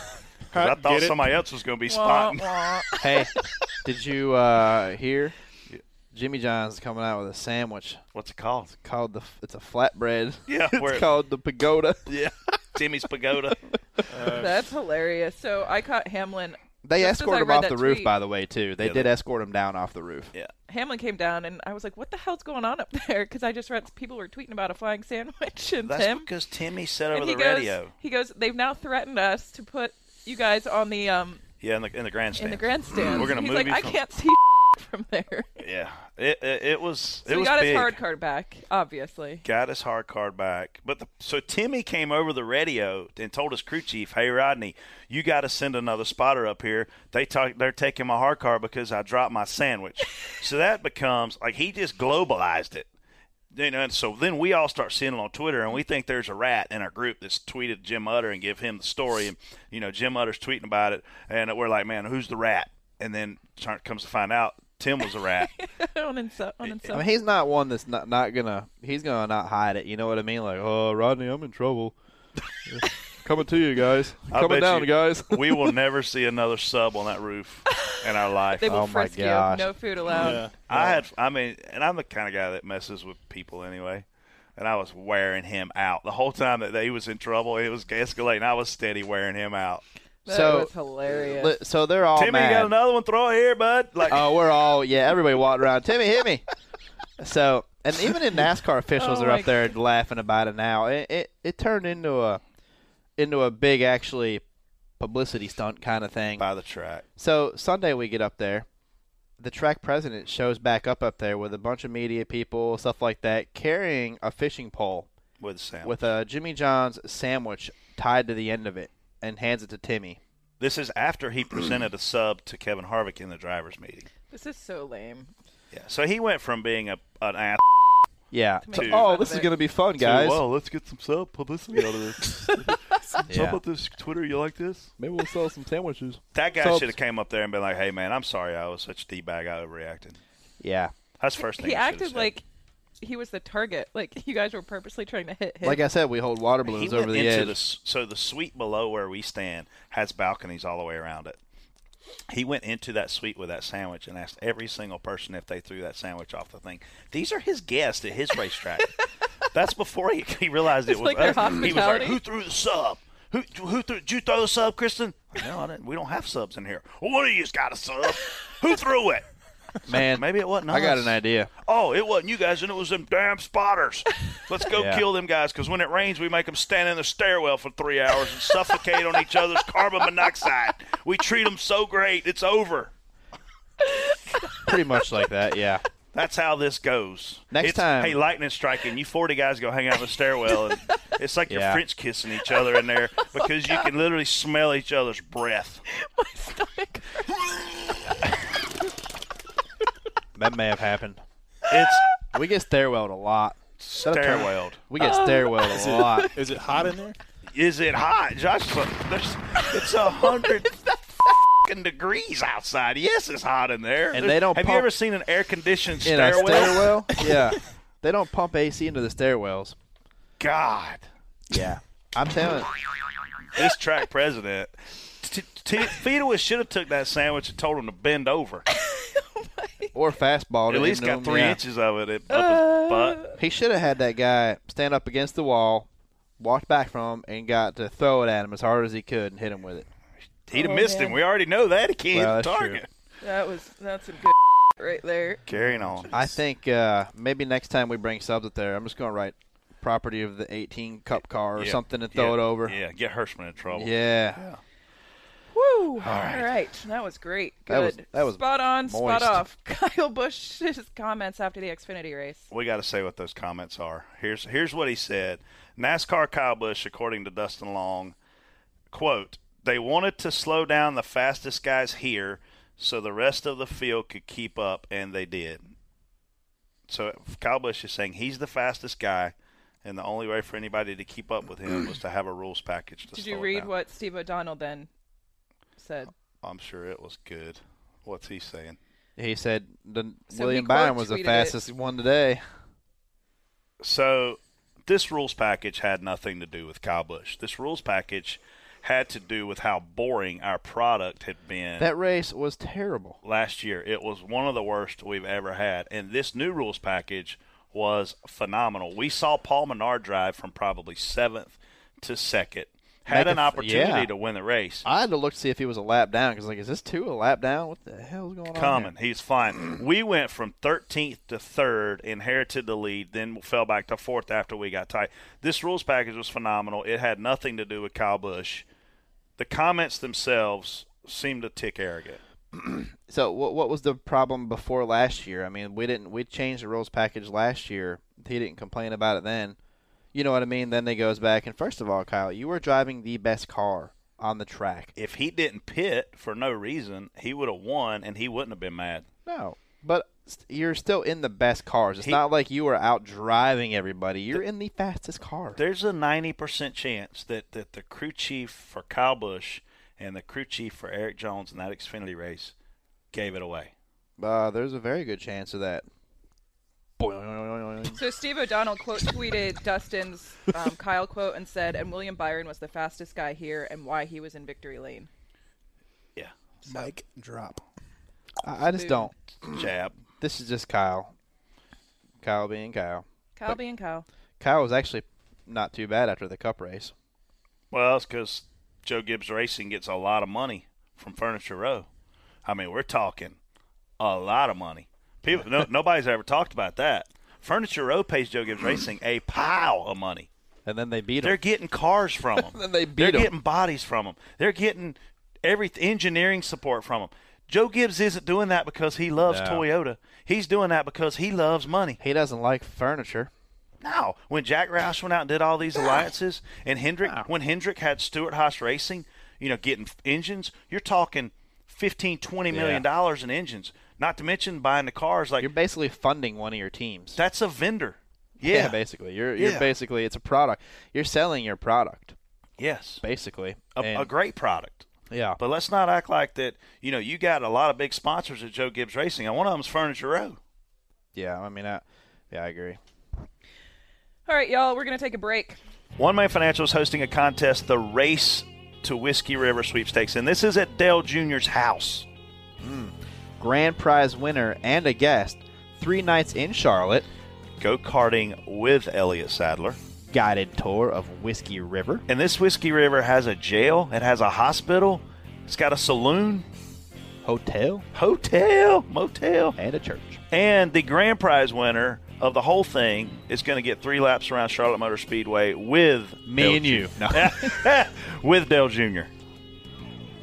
S6: 'Cause I thought
S8: Get it?
S6: somebody else was gonna be
S7: Wah,
S6: spotting.
S7: wah.
S5: hey did you uh hear jimmy john's coming out with a sandwich
S6: What's it called?
S5: called the it's a flatbread
S6: Yeah,
S5: it's
S6: where-
S5: called the pagoda
S6: Yeah, Timmy's pagoda.
S7: That's hilarious. So I caught Hamlin.
S5: they
S7: Just as I
S5: escorted him
S7: read
S5: off
S7: that
S5: the roof
S7: tweet-
S5: by the way too they
S6: Yeah,
S5: did
S6: they-
S5: escort him down off the roof
S6: Yeah,
S7: Hamlin came down, and I was like, "What the hell's going on up there?" Because I just read people were tweeting about a flying sandwich and
S6: that's
S7: Tim.
S6: because Timmy said over
S7: and he
S6: the
S7: goes,
S6: radio.
S7: he goes, "They've now threatened us to put you guys on the um
S6: Yeah, in the in the grandstand.
S7: in the grandstand."
S6: We're gonna
S7: He's
S6: move
S7: like,
S6: you
S7: "I
S6: from-
S7: can't see from there."
S6: Yeah, it it, it was
S7: So
S6: it
S7: he
S6: was
S7: got
S6: big.
S7: his hard card back, obviously.
S6: got his hard card back. But the, so Timmy came over the radio and told his crew chief, "Hey Rodney, you got to send another spotter up here. They talk, they're taking my hard card because I dropped my sandwich." so that becomes like he just globalized it. You know, and so then we all start seeing it on Twitter, and we think there's a rat in our group that's tweeted Jim Utter and give him the story, and you know Jim Utter's tweeting about it, and we're like, man, who's the rat? And then turn- comes to find out, Tim was a rat.
S7: on insu- on insu-
S5: I mean, he's not one that's not, not gonna. He's gonna not hide it. You know what I mean? Like, oh, Rodney, I'm in trouble. Coming to you guys.
S6: I
S5: Coming
S6: bet
S5: down,
S6: you
S5: guys.
S6: we will never see another sub on that roof in our life. Um,
S7: they will
S5: oh my
S7: frisk you.
S5: gosh.
S7: No food allowed.
S8: Yeah.
S6: I had, I mean, and I'm the kind of guy that messes with people anyway. And I was wearing him out the whole time that he was in trouble. It was escalating. I was steady wearing him out.
S7: That
S5: So-
S7: was hilarious.
S5: Li- so they're all
S6: Timmy, you
S5: mad.
S6: got another one? Throw it here, bud. Like,
S5: Oh, we're all yeah. Everybody walking around. Timmy, hit me. So, and even the NASCAR officials
S7: Oh
S5: are
S7: my
S5: up there laughing about it now. It, it it turned into a into a big actually publicity stunt kind of thing.
S6: by the track.
S5: So Sunday we get up there. The track president shows back up up there with a bunch of media people, stuff like that, carrying a fishing pole
S6: With Sam.
S5: with a Jimmy John's sandwich tied to the end of it, and hands it to Timmy.
S6: this is after he presented a sub to Kevin Harvick in the driver's meeting.
S7: this is so lame.
S6: Yeah. So he went from being a an ass
S5: Yeah.
S7: make
S5: So,
S6: fun
S5: oh,
S7: of
S5: this is
S7: it.
S5: gonna be fun, guys.
S6: to, "Wow, let's get some sub publicity out of this. How
S5: Yeah.
S6: about this Twitter? You like this?
S5: Maybe we'll sell some sandwiches.
S6: That guy
S5: Subs.
S6: should have came up there and been like, hey, man, I'm sorry I was such a D-bag. I overreacted.
S5: Yeah.
S6: That's the first thing
S7: He
S6: should've
S7: acted
S6: said.
S7: like he was the target. Like you guys were purposely trying to hit him.
S5: Like I said, we hold water balloons over the
S6: into
S5: edge.
S6: the s- so the suite below where we stand has balconies all the way around it. He went into that suite with that sandwich and asked every single person if they threw that sandwich off the thing. These are his guests at his racetrack. That's before he, he realized
S7: It's
S6: it was
S7: like their
S6: us. He was like,
S7: hospitality.
S6: "Who threw the sub? Who who threw? Did you throw the sub, Kristen? Like, no, I didn't. We don't have subs in here. Well, one of you's got a sub. who threw it?
S5: Man,
S6: Maybe it wasn't.
S5: I got
S6: us.
S5: an idea.
S6: Oh, it wasn't you guys, and it was them damn spotters. Let's go
S5: Yeah.
S6: kill them guys, because when it rains, we make them stand in the stairwell for three hours and suffocate on each other's carbon monoxide. We treat them so great, it's over.
S5: Pretty much like that. Yeah.
S6: That's how this goes.
S5: Next
S6: It's,
S5: time-
S6: hey, lightning striking. You forty guys go hang out in the stairwell, and it's like you're
S5: Yeah.
S6: French kissing each other in there because you can literally smell each other's breath.
S7: my stomach. hurts.
S5: That may have happened.
S6: It's
S5: We get stairwelled a lot. That'll turn-
S6: stairwelled.
S5: We get stairwelled a lot.
S8: Is it hot in there?
S6: Is it hot, Joshua? There's, it's a hundred fucking degrees outside. Yes, it's hot in there.
S5: And they don't
S6: Have you
S5: pump-
S6: ever seen an air-conditioned
S5: in
S6: stairwell?
S5: a stairwell. yeah, they don't pump AC into the stairwells.
S6: God,
S5: Yeah, I'm telling.
S6: this track president. T- T- Fetus should have took that sandwich and told him to bend over.
S5: Or fastball.
S6: At least got three inches of it up his butt.
S5: He should have had that guy stand up against the wall, walked back from him, and got to throw it at him as hard as he could and hit him with it.
S6: He'd have missed him. We already know that. He can't
S5: Well,
S6: hit the
S5: that's
S6: target.
S7: That was that's some good right there.
S6: Carrying on.
S5: I think uh, maybe next time we bring subs up there, I'm just gonna write property of the 18 cup car or
S6: Yeah,
S5: something and throw
S6: yeah,
S5: it over.
S6: Yeah, get Hirschman in trouble.
S5: Yeah.
S7: Woo. Woo! All right. that was great. Good.
S5: That was- that was
S7: spot on, spot
S5: moist.
S7: off. Kyle Busch's comments after the Xfinity race.
S6: we got to say what those comments are. Here's here's what he said. NASCAR Kyle Busch, according to Dustin Long, quote, they wanted to slow down the fastest guys here so the rest of the field could keep up, and they did. So Kyle Busch is saying he's the fastest guy, and the only way for anybody to keep up with him was to have a rules package to
S7: Did
S6: slow
S7: you
S6: it
S7: read
S6: down.
S7: what Steve O'Donnell then said?
S6: I'm sure it was good. What's he saying?
S5: He said the
S7: So
S5: William
S7: he quote
S5: Byron was
S7: tweeted
S5: the
S7: it.
S5: fastest one today.
S6: So this rules package had nothing to do with Kyle Busch. This rules package had to do with how boring our product had been
S5: That race was terrible.
S6: last year. It was one of the worst we've ever had. And this new rules package was phenomenal. We saw Paul Menard drive from probably seventh to second. Had
S5: Make a
S6: an
S5: f-
S6: opportunity
S5: yeah.
S6: to win the race.
S5: I had to look to see if he was a lap down because like, is this two a lap down? What the hell's going on?
S6: Coming. He's fine. We went from 13th to 3rd, inherited the lead, then fell back to 4th after we got tight. This rules package was phenomenal. It had nothing to do with Kyle Busch. The comments themselves seemed to tick arrogant.
S5: So what what was the problem before last year? I mean, we didn't we changed the rules package last year. He didn't complain about it then. You know what I mean? Then they goes back and first of all, Kyle, you were driving the best car on the track.
S6: If he didn't pit for no reason, he would have won and he wouldn't have been mad.
S5: No, but st- you're still in the best cars. It's
S6: He-
S5: not like you were out driving everybody. You're in the fastest car.
S6: There's a 90% chance that, that the crew chief for Kyle Busch and the crew chief for Eric Jones in that Xfinity race gave it away.
S5: Uh, there's a very good chance of that.
S7: So Steve O'Donnell quote tweeted Dustin's um, Kyle quote and said, "And William Byron was the fastest guy here, and why he was in victory lane."
S6: Yeah.
S8: Mic drop.
S5: I, I just
S7: Dude.
S5: don't.
S6: Jab.
S5: This is just Kyle. Kyle being Kyle.
S7: Kyle being Kyle.
S5: Kyle was actually not too bad after the cup race.
S6: Well, it's because Joe Gibbs Racing gets a lot of money from Furniture Row. I mean, we're talking a lot of money. People, no, nobody's ever talked about that. Furniture Row pays Joe Gibbs Racing a pile of money.
S5: And then they beat
S6: They're
S5: him.
S6: getting cars from them.
S5: Then they beat
S6: They're
S5: 'em.
S6: getting bodies from them. They're getting every engineering support from them. Joe Gibbs isn't doing that because he loves
S5: No.
S6: Toyota. He's doing that because he loves money.
S5: He doesn't like furniture.
S6: No, when Jack Roush went out and did all these alliances, and Hendrick, when Hendrick had Stuart Haas Racing, you know, getting f- engines, you're talking 15, 20 million dollars in engines. Not to mention buying the cars. Like
S5: You're basically funding one of your teams.
S6: that's a vendor. Yeah.
S5: basically. You're you're
S6: Yeah.
S5: basically it's a product. You're selling your product,
S6: Yes.
S5: basically.
S6: A,
S5: And-
S6: a great product.
S5: yeah.
S6: But let's not act like that. You know, you got a lot of big sponsors at Joe Gibbs Racing, and one of them's Furniture Row.
S5: yeah, I mean I yeah, I agree.
S7: All right, y'all, we're gonna take a break.
S6: One Man Financial is hosting a contest, the Race to Whiskey River Sweepstakes, and this is at Dale Jr.'s house.
S5: Grand prize winner and a guest, three nights in Charlotte,
S6: Go karting with Elliott Sadler.
S5: guided tour of Whiskey River.
S6: And this Whiskey River has a jail, it has a hospital, it's got a saloon,
S5: hotel,
S6: hotel, motel.
S5: and a church.
S6: And the grand prize winner of the whole thing is going to get three laps around Charlotte Motor Speedway with Dale
S5: Me and you. No.
S6: Jr. with Dale Jr.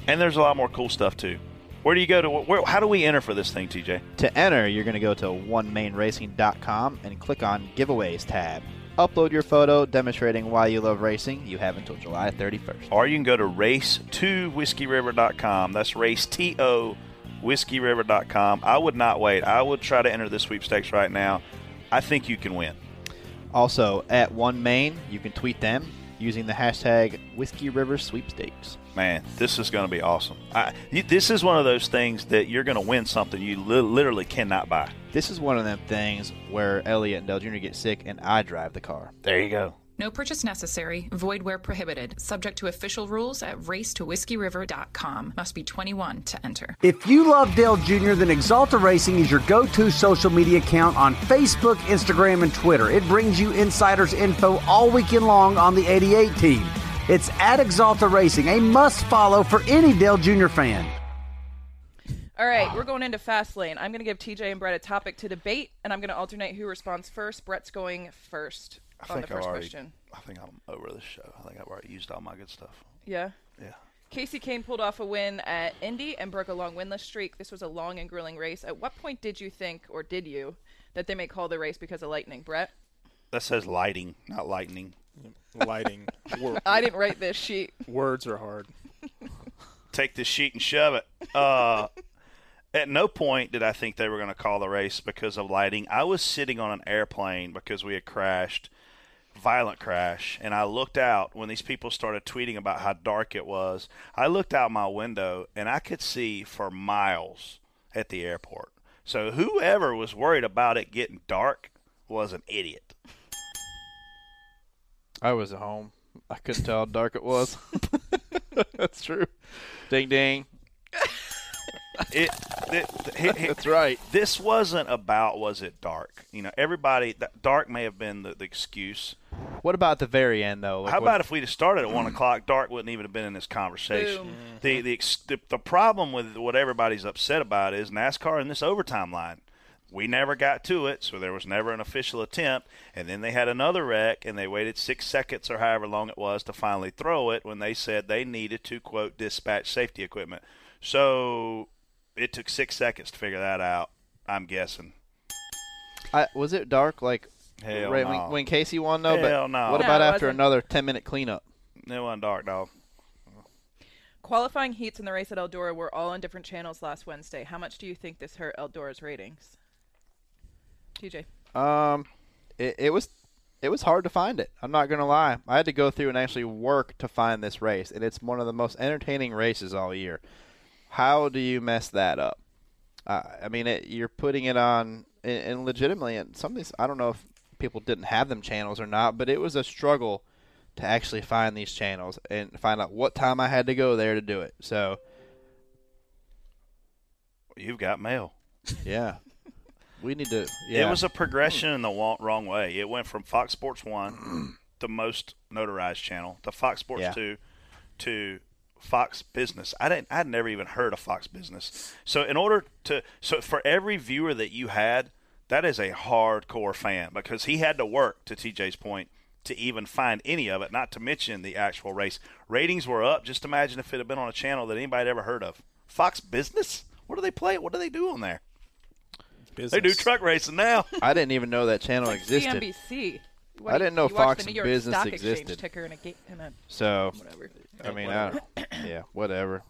S6: And there's a lot more cool stuff too. Where do you go to? Where, how do we enter for this thing, TJ?
S5: to enter, you're going to go to onemainracing.com and click on giveaways tab. Upload your photo demonstrating why you love racing. You have until July 31st.
S6: Or you can go to race2whiskeyriver.com. That's race T O whiskeyriver.com. I would not wait. I would try to enter the sweepstakes right now. I think you can win.
S5: Also, at One Main, you can tweet them using the hashtag Whiskey River Sweepstakes.
S6: Man, this is going to be awesome. I, you, this is one of those things that you're going to win something you li- literally cannot buy.
S5: This is one of them things where Elliot and Dell Jr. get sick and I drive the car.
S6: There you go.
S9: No purchase necessary, void where prohibited, subject to official rules at racetowhiskeyriver.com. Must be 21 to enter.
S10: If you love Dale Jr., then Exalta Racing is your go to social media account on Facebook, Instagram, and Twitter. It brings you insiders' info all weekend long on the 88 team. It's at Exalta Racing, a must follow for any Dale Jr. fan.
S7: All right, we're going into fast lane. I'm gonna give TJ and Brett a topic to debate, and I'm gonna alternate who responds first. Brett's going first on the first question.
S6: I think I'm over this show. I think I've already used all my good stuff.
S7: Yeah.
S6: Yeah.
S7: Casey Kane pulled off a win at Indy and broke a long winless streak. This was a long and grueling race. At what point did you think, or did you, that they may call the race because of lightning, Brett?
S6: That says lighting, not lightning.
S8: Lighting. Wor-
S7: I didn't write this sheet.
S8: words are hard.
S6: Take this sheet and shove it. Uh, at no point did I think they were going to call the race because of lighting. I was sitting on an airplane because we had crashed, violent crash, and I looked out when these people started tweeting about how dark it was. I looked out my window and I could see for miles at the airport. So whoever was worried about it getting dark was an idiot.
S5: I was at home. I couldn't tell how dark it was. That's true. Ding ding.
S6: It, it, it, it-
S5: That's right.
S6: this wasn't about was it dark you know everybody that dark may have been the, the excuse
S5: What about the very end though? Like,
S6: how
S5: what-
S6: about if we'd have started at one o'clock dark wouldn't even have been in this conversation
S7: Boom.
S6: the, the ex- the the problem with what everybody's upset about is nascar and this overtime line we never got to it so there was never an official attempt and then they had another wreck and they waited six seconds or however long it was to finally throw it when they said they needed to quote dispatch safety equipment so it took six seconds to figure that out i'm guessing
S5: I, was it dark like
S6: Hell
S5: right
S6: no.
S5: when, when Casey won though?
S6: Hell
S5: but
S6: no.
S5: What
S7: No,
S5: about
S7: it
S5: after
S7: wasn't.
S5: another ten minute cleanup?
S6: It wasn't dark, dog.
S7: Qualifying heats in the race at Eldora were all on different channels last Wednesday. How much do you think this hurt Eldora's ratings? TJ.
S5: Um, it, it was it was hard to find it. I'm not gonna lie. I had to go through and actually work to find this race, and it's one of the most entertaining races all year. How do you mess that up? Uh, I mean, it, you're putting it on, and, and legitimately, and some of these, I don't know if people didn't have them channels or not, but it was a struggle to actually find these channels and find out what time I had to go there to do it. So,
S6: You've got mail.
S5: yeah, we need to. Yeah,
S6: It was a progression in the wa- wrong way. It went from Fox Sports 1, the most notarized channel, to Fox Sports
S5: Yeah.
S6: 2, to Fox Business. I didn't I'd never even heard of Fox Business. So in order to so for every viewer that you had, that is a hardcore fan because he had to work to TJ's point to even find any of it, not to mention the actual race. Ratings were up. Just imagine if it had been on a channel that anybody had ever heard of. Fox Business? What do they play? What do they do on there? They
S8: Business.
S6: do truck racing now.
S5: I didn't even know that channel
S7: Like
S5: existed.
S7: CNBC.
S5: I didn't know
S7: you watch
S5: Fox
S7: the New York
S5: Business
S7: Stock
S5: existed.
S7: Exchange ticker in a, ga- in a
S5: So,
S7: whatever.
S5: I mean, I don't, yeah, whatever.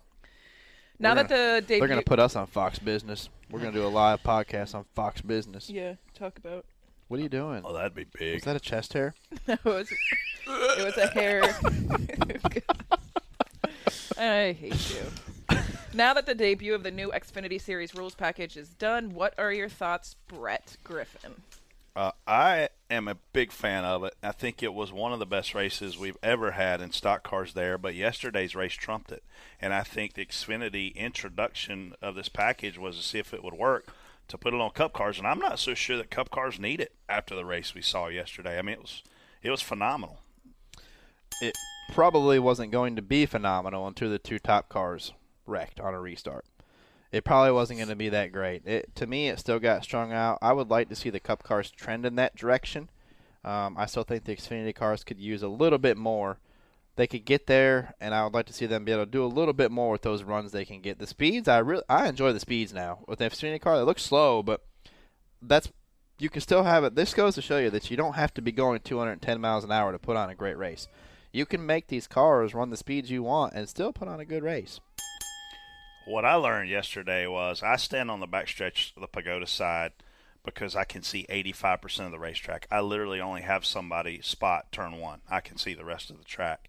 S7: Now that the debut,
S5: They're going to put us on Fox Business. We're going to do a live podcast on Fox Business.
S7: yeah, talk about.
S5: What are you doing?
S6: Oh, that'd be big.
S5: Is that a chest hair?
S7: No, it was, it was a hair. I hate you. Now that the debut of the new Xfinity Series rules package is done, what are your thoughts, Brett Griffin?
S6: Uh, I am a big fan of it. I think it was one of the best races we've ever had in stock cars there, but yesterday's race trumped it. And I think the Xfinity introduction of this package was to see if it would work to put it on cup cars. And I'm not so sure that cup cars need it after the race we saw yesterday. I mean, it was it was phenomenal.
S5: It probably wasn't going to be phenomenal until the two top cars wrecked on a restart. It probably wasn't going to be that great. It, to me, it still got strung out. I would like to see the Cup cars trend in that direction. Um, I still think the Xfinity cars could use a little bit more. They could get there, and I would like to see them be able to do a little bit more with those runs they can get. The speeds, I really, I enjoy the speeds now with the Xfinity car. They look slow, but that's you can still have it. This goes to show you that you don't have to be going 210 miles an hour to put on a great race. You can make these cars run the speeds you want and still put on a good race.
S6: What I learned yesterday was I stand on the backstretch of the pagoda side because I can see 85% of the racetrack. I literally only have somebody spot turn one. I can see the rest of the track.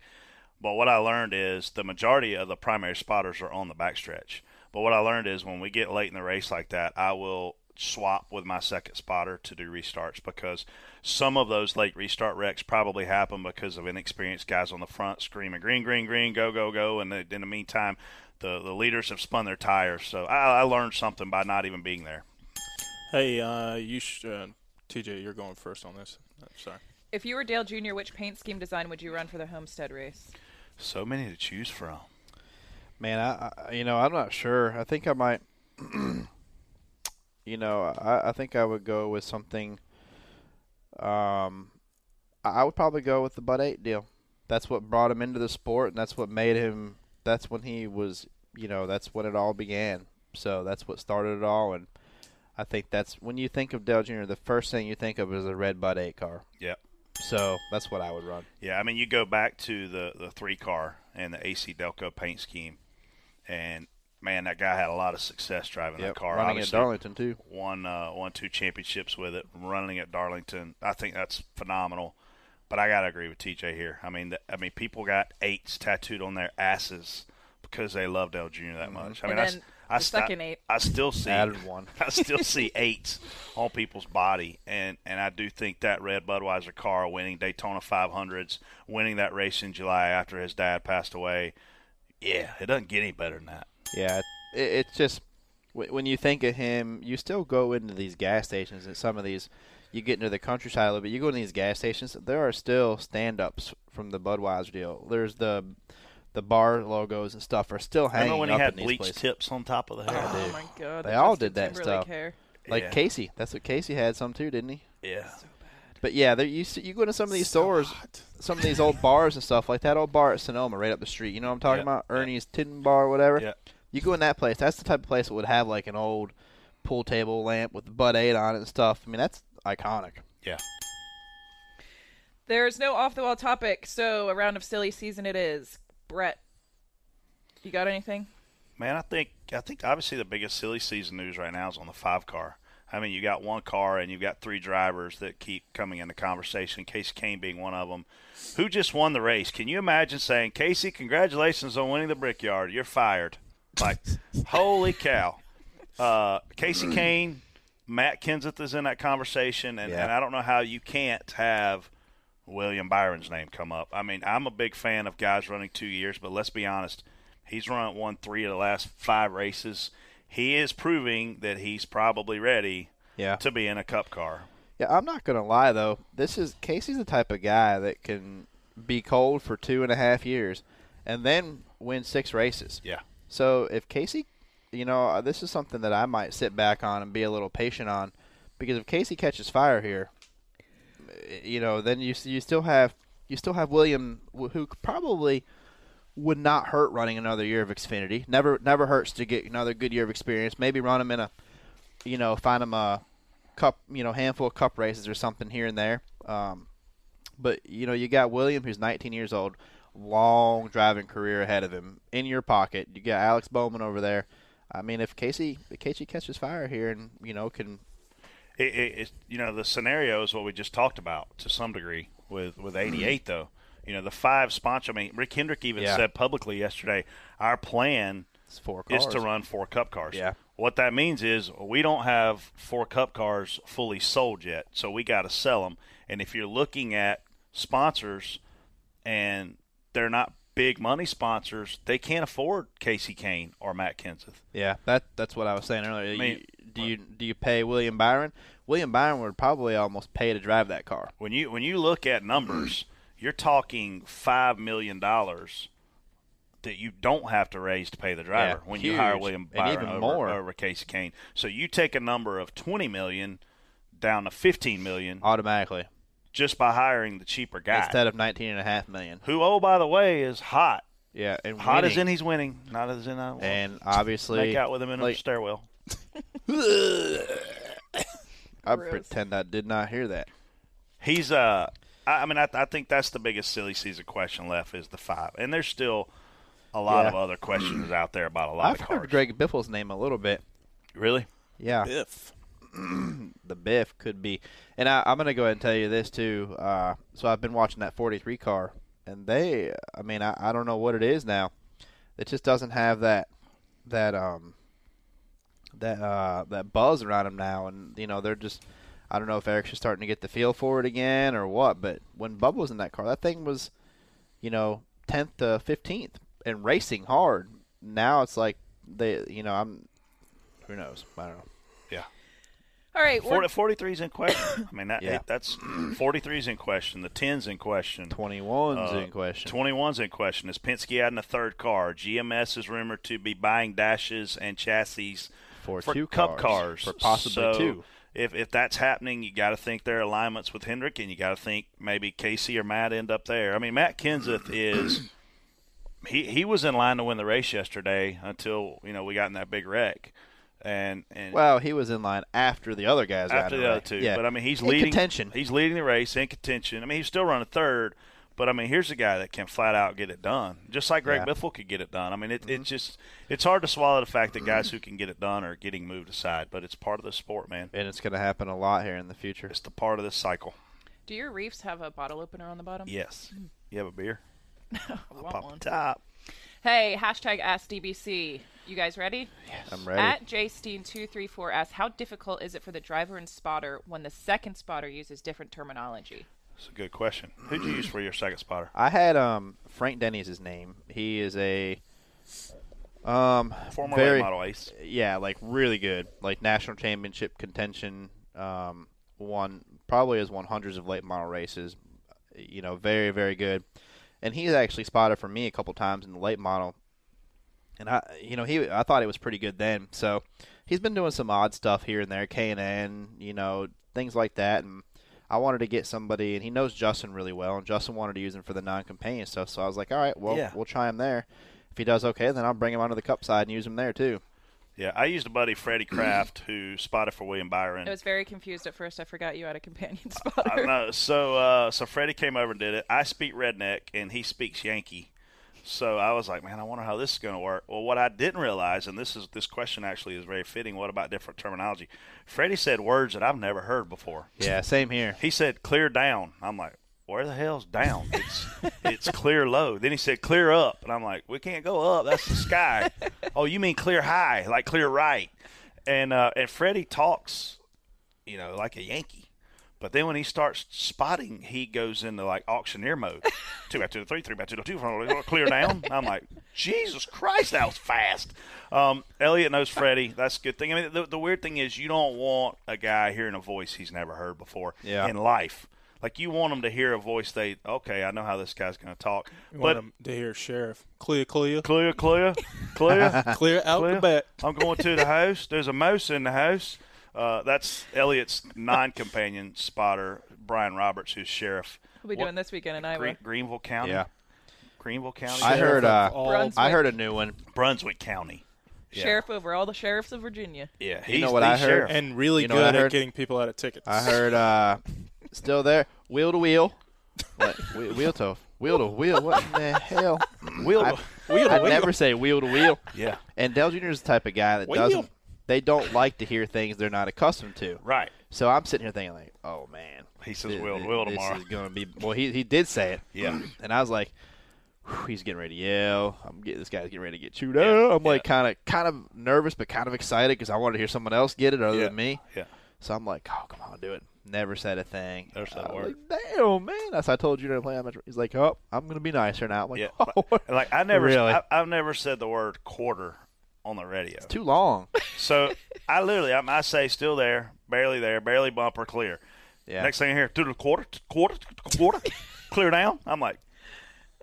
S6: But what I learned is the majority of the primary spotters are on the backstretch. But what I learned is when we get late in the race like that, I will swap with my second spotter to do restarts because some of those late restart wrecks probably happen because of inexperienced guys on the front screaming green, green, green, go, go, go, and in the meantime, the the leaders have spun their tires. So I, I learned something by not even being there.
S8: Hey, uh, you sh- uh, TJ, you're going first on this. Uh, Sorry.
S7: If you were Dale Jr., which paint scheme design would you run for the Homestead race?
S6: So many to choose from.
S5: Man, I, I you know I'm not sure. I think I might. you know, I, I think I would go with something. Um, I I would probably go with the Bud Eight deal. That's what brought him into the sport, and that's what made him that's when he was, you know, that's when it all began. So that's what started it all, and I think that's when you think of Dell Jr. The first thing you think of is a red Bud eight car.
S6: Yep.
S5: So that's what I would run.
S6: Yeah, I mean, you go back to the, the three car and the AC Delco paint scheme, and man, that guy had a lot of success driving
S5: Yep,
S6: that car.
S5: running at
S6: Obviously,
S5: Darlington too.
S6: won uh, won two championships with it, running at Darlington. I think that's phenomenal. But I gotta agree with TJ here. I mean, the, I mean, people got eights tattooed on their asses because they loved El Jr. that much. I mean,
S7: Mm-hmm. And
S6: I s-
S7: then
S6: I,
S7: the
S6: st-
S7: second eight.
S6: I still see
S5: Added one.
S6: I still see eights on people's body, and and I do think that red Budweiser car winning Daytona 500s, winning that race in July after his dad passed away. Yeah, it doesn't get any better than that.
S5: Yeah, it, it's just wh- when you think of him, you still go into these gas stations and some of these. You get into the countryside a little bit. You go into these gas stations. There are still stand-ups from the Budweiser deal. There's the the bar logos and stuff are still hanging
S6: Remember when
S5: up
S6: he had
S5: in these
S6: bleach
S5: places.
S6: tips on top of the hair?
S7: Oh my god.
S5: They
S7: the
S5: all
S7: Justin
S5: did that
S7: Timberlake
S5: stuff.
S7: hair.
S5: Like
S6: Yeah.
S5: Casey, that's what Casey had some too, didn't he?
S6: Yeah.
S5: But yeah, there you s- you go into some of these stores, some of these old bars and stuff like that old bar at Sonoma right up the street. You know what I'm talking
S6: Yeah,
S5: about?
S6: yeah.
S5: Ernie's Tin Bar, or whatever.
S6: Yeah.
S5: You go in that place. That's the type of place that would have like an old pool table lamp with Bud Aid on it and stuff. I mean, that's iconic.
S6: Yeah.
S7: There's no off the wall topic, so a round of silly season it is. Brett, you got anything?
S6: Man, I think I think obviously the biggest silly season news right now is on the five car. I mean, you got one car and you've got three drivers that keep coming into conversation. Casey Kane being one of them, who just won the race. Can you imagine saying, "Casey, congratulations on winning the Brickyard. You're fired." Like, holy cow! Uh, Casey Kane, Matt Kenseth is in that conversation, and,
S5: Yeah.
S6: and I don't know how you can't have William Byron's name come up. I mean, I'm a big fan of guys running two years, but let's be honest, he's run won three of the last five races. He is proving that he's probably ready
S5: Yeah.
S6: to be in a cup car.
S5: Yeah, I'm not gonna lie though. This is Casey's the type of guy that can be cold for two and a half years, and then win six races.
S6: Yeah.
S5: So if Casey, you know, uh, this is something that I might sit back on and be a little patient on, because if Casey catches fire here, eh, you know, then you you still have you still have William, wh- who probably would not hurt running another year of Xfinity. Never never hurts to get another good year of experience. Maybe run him in a, you know, find him a cup, you know, handful of cup races or something here and there. Um, but you know, you got William, who's 19 years old, long driving career ahead of him. In your pocket, you got Alex Bowman over there. I mean, if Casey, if Casey catches fire here, and you know, can
S6: it, it, it you know the scenario is what we just talked about to some degree with with
S5: Mm-hmm.
S6: 88 though you know the five sponsor i mean rick hendrick even
S5: Yeah.
S6: said publicly yesterday our plan
S5: it's four cars.
S6: is to run four cup cars
S5: Yeah.
S6: what that means is we don't have four cup cars fully sold yet so we got to sell them and if you're looking at sponsors and they're not big money sponsors they can't afford casey kane or matt kenseth
S5: Yeah, that that's what I was saying earlier. You-
S6: mean,
S5: do you do you pay William Byron? William Byron would probably almost pay to drive that car.
S6: when you when you look at numbers, you're talking five million dollars that you don't have to raise to pay the driver
S5: Yeah,
S6: when you hire
S5: huge.
S6: William
S5: And
S6: Byron
S5: even
S6: over,
S5: more.
S6: over Casey Kane. So you take a number of twenty million down to fifteen million
S5: automatically
S6: just by hiring the cheaper guy,
S5: Uh, instead of nineteen and a half million.
S6: who oh by the way is hot,
S5: Yeah, and
S6: hot as in
S5: winning.
S6: he's winning, not as in I want.
S5: and obviously
S6: make out with him in a
S5: like-
S6: stairwell.
S5: I
S7: Gross.
S5: pretend I did not hear that.
S6: He's uh, I, I mean, I, I think that's the biggest silly season question left is the five, and there's still a lot
S5: Yeah.
S6: of other questions out there about a lot
S5: I've
S6: of
S5: heard
S6: cars.
S5: Greg Biffle's name a little bit.
S6: Really?
S5: Yeah,
S8: Biff.
S5: the Biff could be. And I, I'm going to go ahead and tell you this too. Uh, so I've been watching that 43 car, and they, I mean, I, I don't know what it is now. It just doesn't have that that um that uh that buzz around him now, and you know they're just. I don't know if Eric's just starting to get the feel for it again or what, but when Bubba was in that car, that thing was, you know, tenth to fifteenth and racing hard. Now it's like they, you know, I'm, who knows? I don't know.
S6: Yeah.
S7: All right, we're-
S6: 40, 43 is in question. I mean, that,
S5: Yeah.
S6: that's 43 is in question. The 10's in question.
S5: 21's in question.
S6: 21's Uh, in question. Is Penske adding a third car? GMS is rumored to be buying dashes and chassis
S5: for,
S6: for
S5: two
S6: cup cars.
S5: cars, for possibly
S6: So,
S5: two.
S6: If, if that's happening, you got to think there are alignments with Hendrick, and you got to think maybe Casey or Matt end up there. I mean, Matt Kenseth is he he was in line to win the race yesterday until you know we got in that big wreck, and and
S5: Well, he was in line after the other guys. got
S6: after
S5: in,
S6: the other
S5: right?
S6: two.
S5: Yeah.
S6: But I mean, he's
S5: In
S6: leading
S5: contention.
S6: He's leading the race in contention. I mean, he's still running third. But I mean, here's a guy that can flat out get it done, just like Greg
S5: Yeah. Mm-hmm.
S6: Biffle could get it done. I mean, it, it's just it's hard to swallow the fact that guys who can get it done are getting moved aside, but it's part of the sport, man.
S5: and it's going to happen a lot here in the future.
S6: It's the part of this cycle.
S7: Do your reefs have a bottle opener on the bottom?
S6: Yes. You have a beer?
S7: I
S6: Pop
S7: want
S6: the
S7: one.
S6: top.
S7: Hey, hashtag AskDBC. You guys ready?
S5: I'm ready.
S7: At JSteen234 asks, how difficult is it for the driver and spotter when the second spotter uses different terminology?
S6: It's a good question. Who'd you use for your second spotter?
S5: I had um Frank Denny's his name. He is a um
S6: Former
S5: very,
S6: late model ace.
S5: yeah, like really good, like national championship contention. Um, won probably has won hundreds of late model races. You know, very very good, and he's actually spotted for me a couple times in the late model. And I, you know, he I thought it was pretty good then. So he's been doing some odd stuff here and there, K and N, you know, things like that. And I wanted to get somebody, and he knows Justin really well, and Justin wanted to use him for the non-companion stuff. So I was like, all right, well,
S6: Yeah.
S5: we'll try him there. If he does okay, then I'll bring him onto the cup side and use him there too.
S6: Yeah, I used a buddy, Freddie Kraft, who spotted for William Byron.
S7: I was very confused at first. I forgot you had a companion
S6: I don't
S7: spotter.
S6: know. So, uh, so Freddie came over and did it. I speak redneck, and he speaks Yankee. So I was like, man, I wonder how this is going to work. Well, what I didn't realize, and this is this question actually is very fitting. What about different terminology? Freddie said words that I've never heard before.
S5: Yeah, same here.
S6: He said clear down. I'm like, where the hell's down? It's it's clear low. Then he said clear up, and I'm like, we can't go up. That's the sky. oh, you mean clear high, like clear right? And uh, and Freddie talks, you know, like a Yankee. But then when he starts spotting, he goes into like auctioneer mode. two by two to three, three by two to two, four, four, clear down. I'm like, Jesus Christ, that was fast. Um, Elliot knows Freddie. That's a good thing. I mean, the, the weird thing is you don't want a guy hearing a voice he's never heard before
S5: Yeah.
S6: in life. Like you want them to hear a voice they okay, I know how this guy's going to talk.
S8: You
S6: but
S8: want him to hear sheriff. Clear, clear,
S6: clear, clear, clear.
S8: clear out
S6: Clear.
S8: the back.
S6: I'm going to the house. There's a mouse in the house. Uh, that's Elliot's non-companion spotter, Brian Roberts, who's sheriff.
S7: we'll be
S6: What-
S7: doing this weekend in
S6: Green,
S7: Iowa.
S6: Greenville County.
S5: Yeah.
S6: Greenville County.
S5: I heard uh,
S7: Brunswick.
S5: I heard a new one.
S6: Brunswick County. Yeah.
S7: Sheriff over all the sheriffs of Virginia.
S6: Yeah. He's
S5: You know what
S6: the
S5: I heard?
S6: sheriff.
S8: And really
S5: You know what I
S8: good
S5: heard?
S8: at getting people out of tickets.
S5: I heard uh, still there, wheel to wheel, what? Whe- wheel to wheel to wheel. What in the hell?
S6: Wheel
S5: I,
S6: to- wheel to
S5: I
S6: wheel.
S5: never say wheel to wheel.
S6: Yeah.
S5: And Dell Jr. is the type of guy that
S8: Wheel.
S5: doesn't. They don't like to hear things they're not accustomed to.
S6: Right.
S5: So I'm sitting here thinking like, oh man.
S6: He says
S5: thi-
S6: wheel to
S5: thi-
S6: wheel
S5: this
S6: tomorrow.
S5: is gonna be. Well, he he did say it.
S6: Yeah.
S5: And I was like. whew, He's getting ready to yell. I'm getting this guy's getting ready to get chewed up. I'm like kind of, kind of nervous, but kind of excited because I wanted to hear someone else get it other
S6: Yeah.
S5: than me.
S6: Yeah.
S5: So I'm like, oh, come on, do it. Never said a thing.
S6: Never said a
S5: I was
S6: word.
S5: Like, Damn, man. That's I told you to play that much. He's like, oh, I'm gonna be nicer now. I'm like,
S6: Yeah.
S5: oh,
S6: Like- like I never,
S5: Really?
S6: I, I've never said the word quarter on the radio.
S5: too long.
S6: So I literally, I'm, I say still there, barely there, barely bumper clear.
S5: Yeah.
S6: Next thing I hear, through the quarter, t- quarter, t- quarter, clear down. I'm like,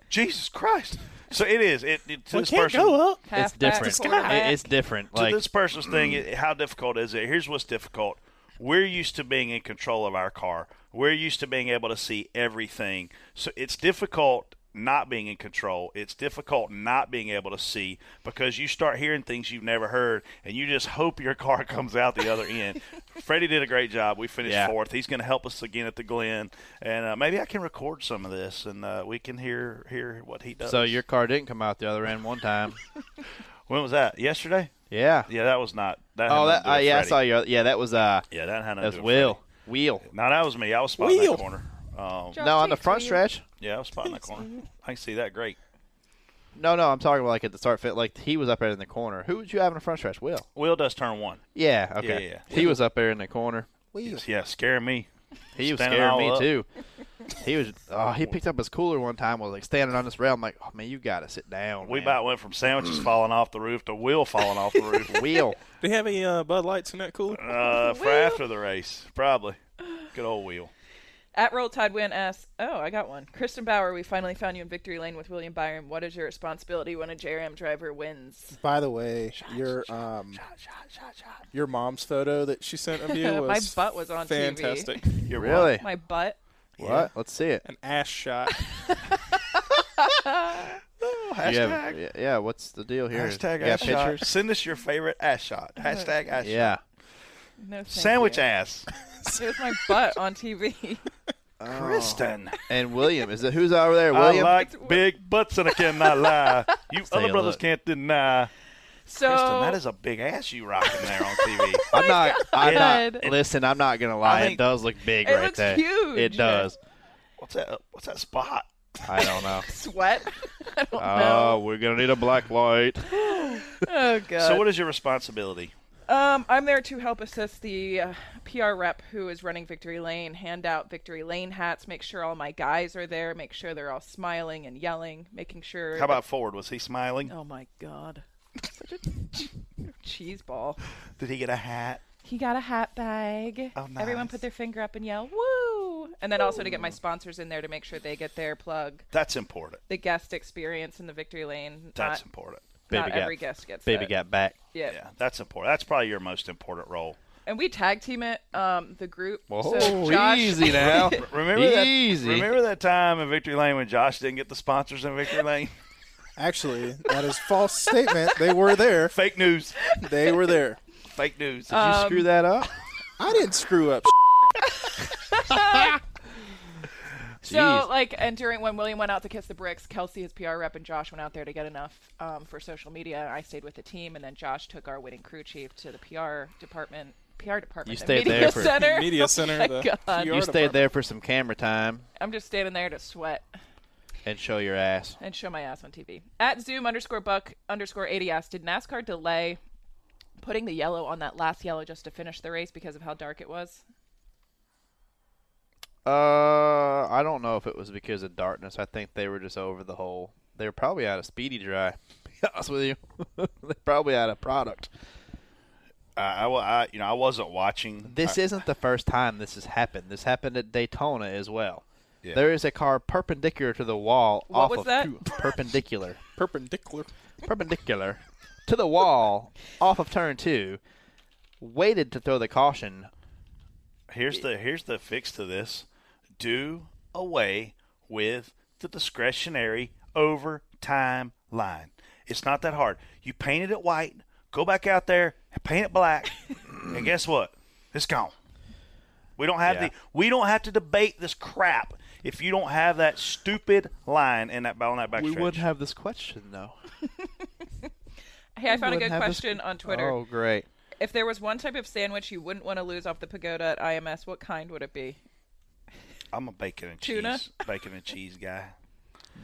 S6: Jesus Christ. So it is. It, it to this person,
S8: up.
S5: it's
S7: Halfback,
S5: different.
S7: quarterback.
S5: It- it's different.
S6: to
S5: Like, mm.
S6: this person's thing, it- how difficult is it? Here's what's difficult. We're used to being in control of our car. We're used to being able to see everything. So it's difficult not being in control. It's difficult not being able to see because you start hearing things you've never heard and you just hope your car comes out the other end. Freddie did a great job. We finished
S5: Yeah.
S6: fourth. He's going to help us again at the Glen and uh, maybe I can record some of this and uh, we can hear hear what he does.
S5: so your car didn't come out the other end one time.
S6: When was that? Yesterday?
S5: yeah.
S6: Yeah, that was not that had
S5: Oh,
S6: nothing to
S5: that.
S6: do
S5: Uh,
S6: with
S5: yeah, I
S6: Freddie.
S5: saw your. Yeah, that was uh,
S6: Yeah, that had nothing
S5: that was
S6: to do with
S5: Will.
S6: Freddie.
S5: Wheel.
S6: No, that was me. I was spotting
S8: Wheel.
S6: that corner. Um,
S7: John,
S5: No, on
S7: take
S5: the front
S7: two.
S5: stretch.
S6: yeah, I was spotting that corner. I can see that great.
S5: No, no, I'm talking about like at the start fit. Like he was up there in the corner. Who would you have in the front stretch? Will.
S6: Will does turn one.
S5: Yeah. Okay.
S6: Yeah,
S5: He was up there in the corner.
S6: Yes, Yeah, scaring me.
S5: He was
S6: Standing
S5: scaring
S6: all
S5: me
S6: up.
S5: too. He was. Oh, he picked up his cooler one time. Was like standing on this rail. I'm like, oh man, you gotta sit down.
S6: We
S5: man."
S6: about went from sandwiches falling off the roof to Will falling off the roof.
S5: wheel.
S8: Do you have any uh, Bud Lights in that cooler?
S6: Uh, for after the race, probably. Good old Will.
S7: At Roll Tide Win asks, oh, I got one. Kristen Bauer, we finally found you in victory lane with William Byron. What is your responsibility when a JRM driver wins?
S8: By the way, your um, your mom's photo that she sent of you was
S7: My butt was on TV.
S8: fantastic.
S6: You're
S5: Really?
S7: My butt?
S5: What? Let's see it.
S8: An ass shot.
S6: deal? Hashtag.
S5: You have- yeah, yeah, what's the deal here?
S6: Hashtag
S5: You got
S6: ass shot.
S5: pictures?
S6: Send us your favorite ass shot. Hashtag ass shot.
S5: Yeah.
S7: No, Uh, thank
S6: Sandwich
S7: you.
S6: ass.
S7: It was my butt on TV.
S5: Oh.
S6: Kristen.
S5: And William, is it who's over there?
S6: I
S5: William.
S6: like big butts and I cannot lie. You
S5: a
S6: other brothers
S5: look.
S6: can't deny.
S7: So
S6: Kristen, that is a big ass you rocking there on TV.
S5: I'm not.
S6: Oh
S5: I'm
S7: God.
S5: not. Listen, I'm not gonna lie.
S6: I think-
S5: it does look big
S7: It
S5: right
S7: looks
S5: there.
S7: huge.
S5: It does.
S6: What's that? What's that spot?
S5: I don't know.
S7: sweat. I don't
S5: Oh,
S7: know.
S5: we're gonna need a black light.
S7: Oh god.
S5: Uh,
S6: So what is your responsibility?
S7: Um, I'm there to help assist the uh, PR rep who is running Victory Lane, hand out Victory Lane hats, make sure all my guys are there, make sure they're all smiling and yelling, making sure.
S6: How about Ford? Was he smiling?
S7: Oh my god, such a cheese ball.
S6: Did he get a hat?
S7: He got a hat bag.
S6: Oh,
S7: Everyone
S6: nice.
S7: put their finger up and yell "Woo!" And then also to get my sponsors in there to make sure they get their plug,
S6: That's important.
S7: the guest experience in the Victory Lane.
S6: That's
S7: not,
S6: important.
S7: not
S5: Baby got-
S7: every guest gets
S5: Baby
S7: that.
S5: got back.
S7: Yeah.
S6: Yeah, that's important. That's probably your most important role.
S7: and we tag team it. Um, the group.
S5: Whoa,
S7: so Josh,
S5: easy now.
S6: Remember that?
S5: Easy.
S6: Remember that time in Victory Lane when Josh didn't get the sponsors in Victory Lane?
S8: Actually, that is false statement. They were there.
S6: Fake news.
S8: They were there.
S6: Fake news.
S5: Did you screw that up?
S8: I didn't screw up.
S7: So, like, and during when William went out to kiss the bricks, Kelsey, his PR rep, and Josh went out there to get enough um, for social media. I stayed with the team, and then Josh took our winning crew chief to the PR department. PR department.
S5: You
S7: the
S5: stayed
S7: media
S5: there for-
S7: center. Oh
S8: Media center.
S7: my
S8: the
S7: God.
S8: PR
S5: You stayed
S8: department.
S5: there for some camera time
S7: I'm just standing there to sweat
S5: and show your ass.
S7: and show my ass on TV. At Zoom underscore Buck underscore ADS, did NASCAR delay putting the yellow on that last yellow just to finish the race because of how dark it was?
S5: Uh, I don't know if it was because of darkness. I think they were just over the whole. They were probably out of speedy dry. To be honest with you, they're probably out of product.
S6: I, I, wa- I- you know, I wasn't watching.
S5: This isn't the first time this has happened. This happened at Daytona as well. There is a car perpendicular to the wall
S7: What
S5: off
S7: was
S5: of
S7: that?
S5: two- perpendicular.
S8: Perpendicular.
S5: perpendicular to the wall off of turn two, waited to throw the caution.
S6: Here's the here's the fix to this. Do away with the discretionary overtime line. It's not that hard. You painted it white, go back out there and paint it black, and guess what? It's gone. We don't have
S5: Yeah.
S6: the we don't have to debate this crap if you don't have that stupid line in that on that back
S5: We would have this question though.
S7: Hey, I found a
S5: Would
S7: good
S5: have this-
S7: question on Twitter.
S5: Oh, great.
S7: If there was one type of sandwich you wouldn't want to lose off the pagoda at IMS, what kind would it be?
S6: I'm a bacon and
S7: Tuna?
S6: cheese bacon and cheese guy.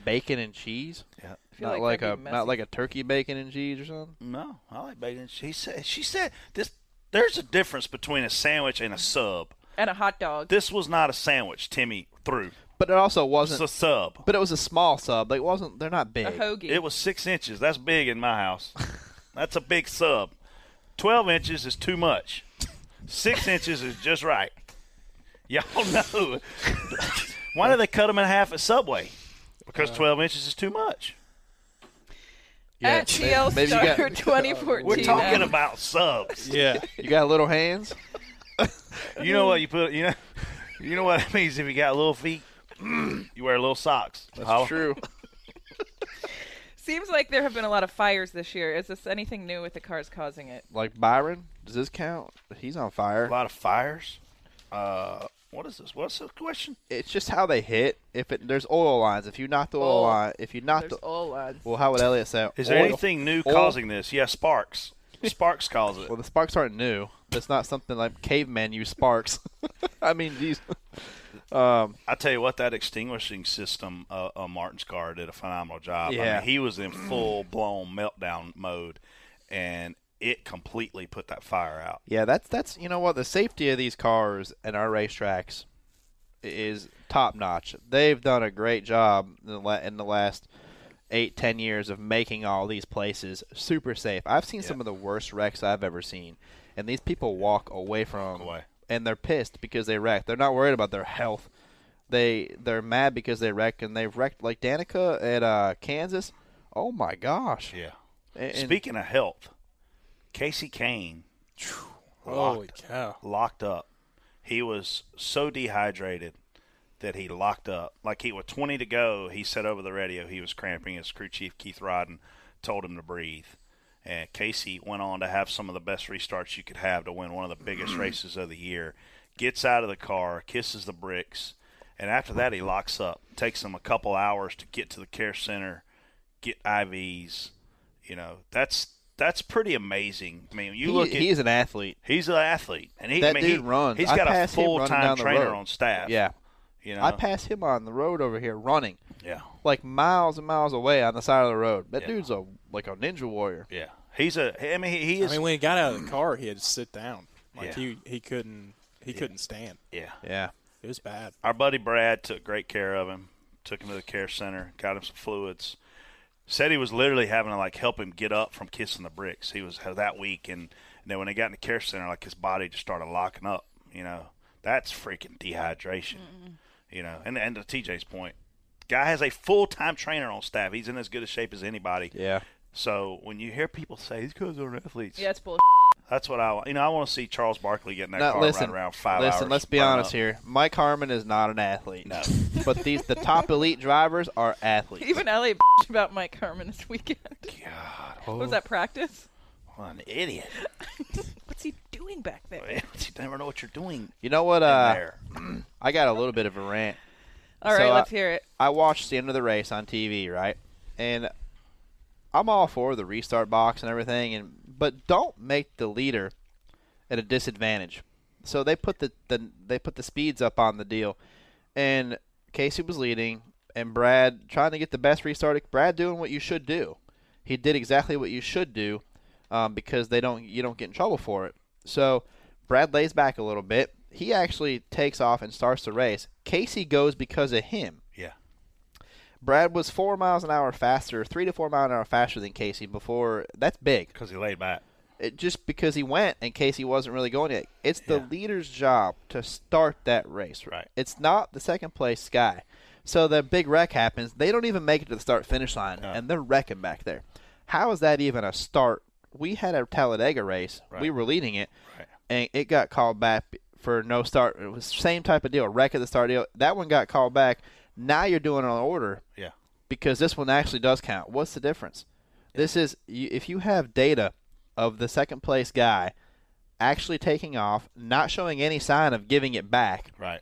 S5: Bacon and cheese.
S6: Yeah.
S7: feel
S5: Not
S7: like
S5: like,
S7: that'd
S5: a
S7: be messy.
S5: not like a turkey bacon and cheese or something.
S6: No, I like bacon. and She said she said this. There's a difference between a sandwich and a sub.
S7: And a hot dog.
S6: This was not a sandwich. Timmy threw.
S5: But it also
S6: It's
S5: wasn't.
S6: a sub.
S5: but it was a small sub. Like it wasn't. They're not big.
S7: a hoagie.
S6: It was six inches. That's big in my house. That's a big sub. Twelve inches is too much. Six inches is just right. Y'all know. Why do they cut them in half at Subway? Because twelve inches is too much.
S7: at TL
S5: maybe you
S7: Star
S5: got-
S7: 2014.
S6: We're talking about subs.
S8: Yeah.
S5: You got little hands.
S6: You know what you put? You know, you know what it means if you got little feet. You wear little socks. That's
S5: True.
S7: Seems like there have been a lot of fires this year. Is this anything new with the cars causing it?
S5: Like Byron. Does this count? He's on fire.
S6: A lot of fires. Uh, what is this? What's the question?
S5: It's just how they hit. If it, there's oil lines. If you knock the oil
S7: Oil.
S5: line. If you knock
S7: There's
S5: the.
S7: all lines.
S5: Well, how would Elliot say?
S6: Is there
S5: oil?
S6: anything new
S5: Oil.
S6: causing this? Yeah, sparks. Sparks cause it.
S5: Well, the sparks aren't new. That's not something like cavemen use sparks. I mean, these.
S6: I tell you what, that extinguishing system, uh, uh, Martin's car did a phenomenal job. I
S5: Yeah.
S6: mean, he was in full blown meltdown mode, and it completely put that fire out.
S5: Yeah, that's that's you know what the safety of these cars and our racetracks is top notch. They've done a great job in the, la- in the last eight ten years of making all these places super safe. I've seen some of the worst wrecks I've ever seen, and these people walk away from
S6: away.
S5: and they're pissed because they wrecked. They're not worried about their health. They they're mad because they wrecked and they've wrecked like Danica at uh, Kansas. Oh my gosh!
S6: Yeah.
S5: And- and-
S6: Speaking of health, Casey Kane
S8: Holy cow.
S6: locked up. He was so dehydrated that he locked up. Like he was 20 to go, he said over the radio he was cramping. His crew chief, Keith Rodden, told him to breathe. And Casey went on to have some of the best restarts you could have to win one of the biggest races of the year. Gets out of the car, kisses the bricks, and after that, he locks up. Takes him a couple hours to get to the care center, get IVs. You know, that's that's pretty amazing. I mean, you
S5: He-
S6: look at
S5: he's an athlete.
S6: He's an athlete, and he
S5: That
S6: I mean,
S5: dude
S6: he,
S5: runs.
S6: He's
S5: I
S6: got a
S5: pass him running
S6: full time
S5: down the
S6: trainer
S5: road.
S6: on staff.
S5: Yeah.
S6: you know,
S5: I pass him on the road over here running,
S6: yeah,
S5: like miles and miles away on the side of the road. That
S6: Yeah.
S5: dude's a like a ninja warrior.
S6: yeah. He's a. I mean, he, he
S8: I
S6: is.
S8: mean, when he got out of the car, he had to sit down. Like
S6: Yeah.
S8: he he couldn't he couldn't stand.
S6: yeah.
S5: Yeah.
S8: It was bad.
S6: Our buddy Brad took great care of him. Took him to the care center. Got him some fluids. Said he was literally having to like help him get up from kissing the bricks. He was that weak, and, and then when they got in the care center, like his body just started locking up. You know, that's freaking dehydration. You know, and and to TJ's point, guy has a full time trainer on staff. He's in as good a shape as anybody.
S5: Yeah.
S6: So when you hear people say these guys aren't athletes,
S7: Yeah, that's bullshit.
S6: that's what I want. You know, I want to see Charles Barkley getting that
S5: Now,
S6: car
S5: listen,
S6: right around five
S5: listen.
S6: hours,
S5: Let's be
S6: running
S5: honest
S6: up.
S5: here. Mike Harmon is not an athlete. No, but these the top elite drivers are athletes.
S7: Even Elliot bitched about Mike Harmon this weekend.
S6: God,
S7: What was that practice?
S6: what an idiot!
S7: What's he doing back there?
S6: you never know what you're doing
S5: you know what?
S6: in
S5: Uh,
S6: there.
S5: I got a little bit of a rant.
S7: All right,
S5: So, uh,
S7: let's hear it.
S5: I watched the end of the race on TV, right? And I'm all for the restart box and everything, and but don't make the leader at a disadvantage. So they put the, the they put the speeds up on the deal, and Casey was leading, and Brad trying to get the best restart. Brad doing what you should do. He did exactly what you should do, um, because they don't you don't get in trouble for it. So Brad lays back a little bit. He actually takes off and starts the race. Casey goes because of him.
S6: Yeah,
S5: Brad was four miles an hour faster, three to four mile an hour faster than Casey before. That's big.
S6: because he laid back.
S5: It, just because he went and Casey wasn't really going yet. It's the leader's job to start that race.
S6: Right.
S5: It's not the second place guy. So the big wreck happens. They don't even make it to the start finish line, and they're wrecking back there. How is that even a start? We had a Talladega race. We were leading it, and it got called back for no start. It was same type of deal. Wreck at the start deal. That one got called back. Now you're doing an order
S6: Yeah,
S5: because this one actually does count. What's the difference? This is you, if you have data of the second place guy actually taking off, not showing any sign of giving it back,
S6: right,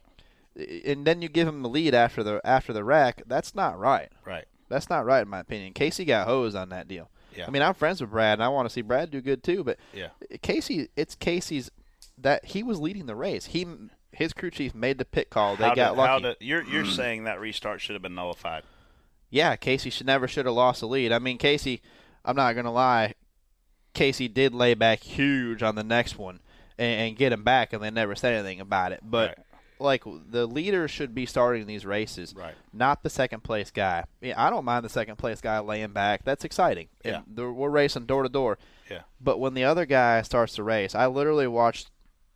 S5: i- and then you give him the lead after the after the wreck. That's not right.
S6: right.
S5: That's not right in my opinion. Casey got hosed on that deal.
S6: Yeah.
S5: I mean, I'm friends with Brad, and I want to see Brad do good too. But
S6: Yeah.
S5: Casey, it's Casey's that he was leading the race. He his crew chief made the pit call. They
S6: how
S5: got
S6: did,
S5: lucky. Mm.
S6: How did, you're you're saying that restart should have been nullified?
S5: yeah, Casey should never should have lost the lead. I mean, Casey, I'm not gonna lie, Casey did lay back huge on the next one and, and get him back, and they never said anything about it. But
S6: Right.
S5: like the leader should be starting these races,
S6: Right.
S5: Not the second place guy. Yeah, I don't mind the second place guy laying back. That's exciting. And
S6: Yeah.
S5: the- we're racing door to door.
S6: Yeah.
S5: But when the other guy starts the race, I literally watched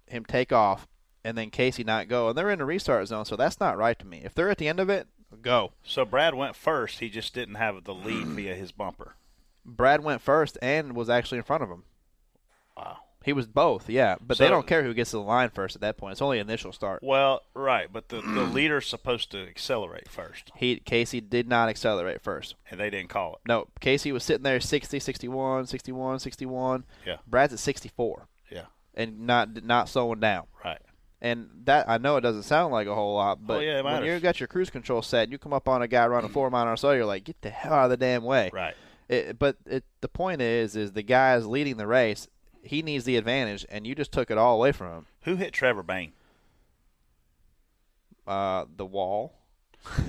S5: him take off and then Casey not go, and they're in the restart zone, so that's not right to me. If they're at the end of it, go.
S6: So Brad went first. He just didn't have the lead
S5: Mm.
S6: via his bumper.
S5: Brad went first and was actually in front of him.
S6: Wow.
S5: He was both, yeah. But they
S6: So-
S5: don't care who gets to the line first at that point. It's only initial start.
S6: Well, right, but the the leader's supposed to accelerate first,
S5: He Casey did not accelerate first.
S6: and they didn't call it.
S5: No, Casey was sitting there 60, 61, 61, 61.
S6: Yeah.
S5: Brad's at 64
S6: Yeah,
S5: and not not slowing down.
S6: right.
S5: And that I know it doesn't sound like a whole lot, but
S6: Oh, yeah, it
S5: when
S6: matters.
S5: you got your cruise control set and you come up on a guy running four mile or so, you're like, get the hell out of the damn way.
S6: Right.
S5: It, but it, the point is, is the guy is leading the race. He needs the advantage, and you just took it all away from him.
S6: Who hit Trevor Bain?
S5: Uh, the wall.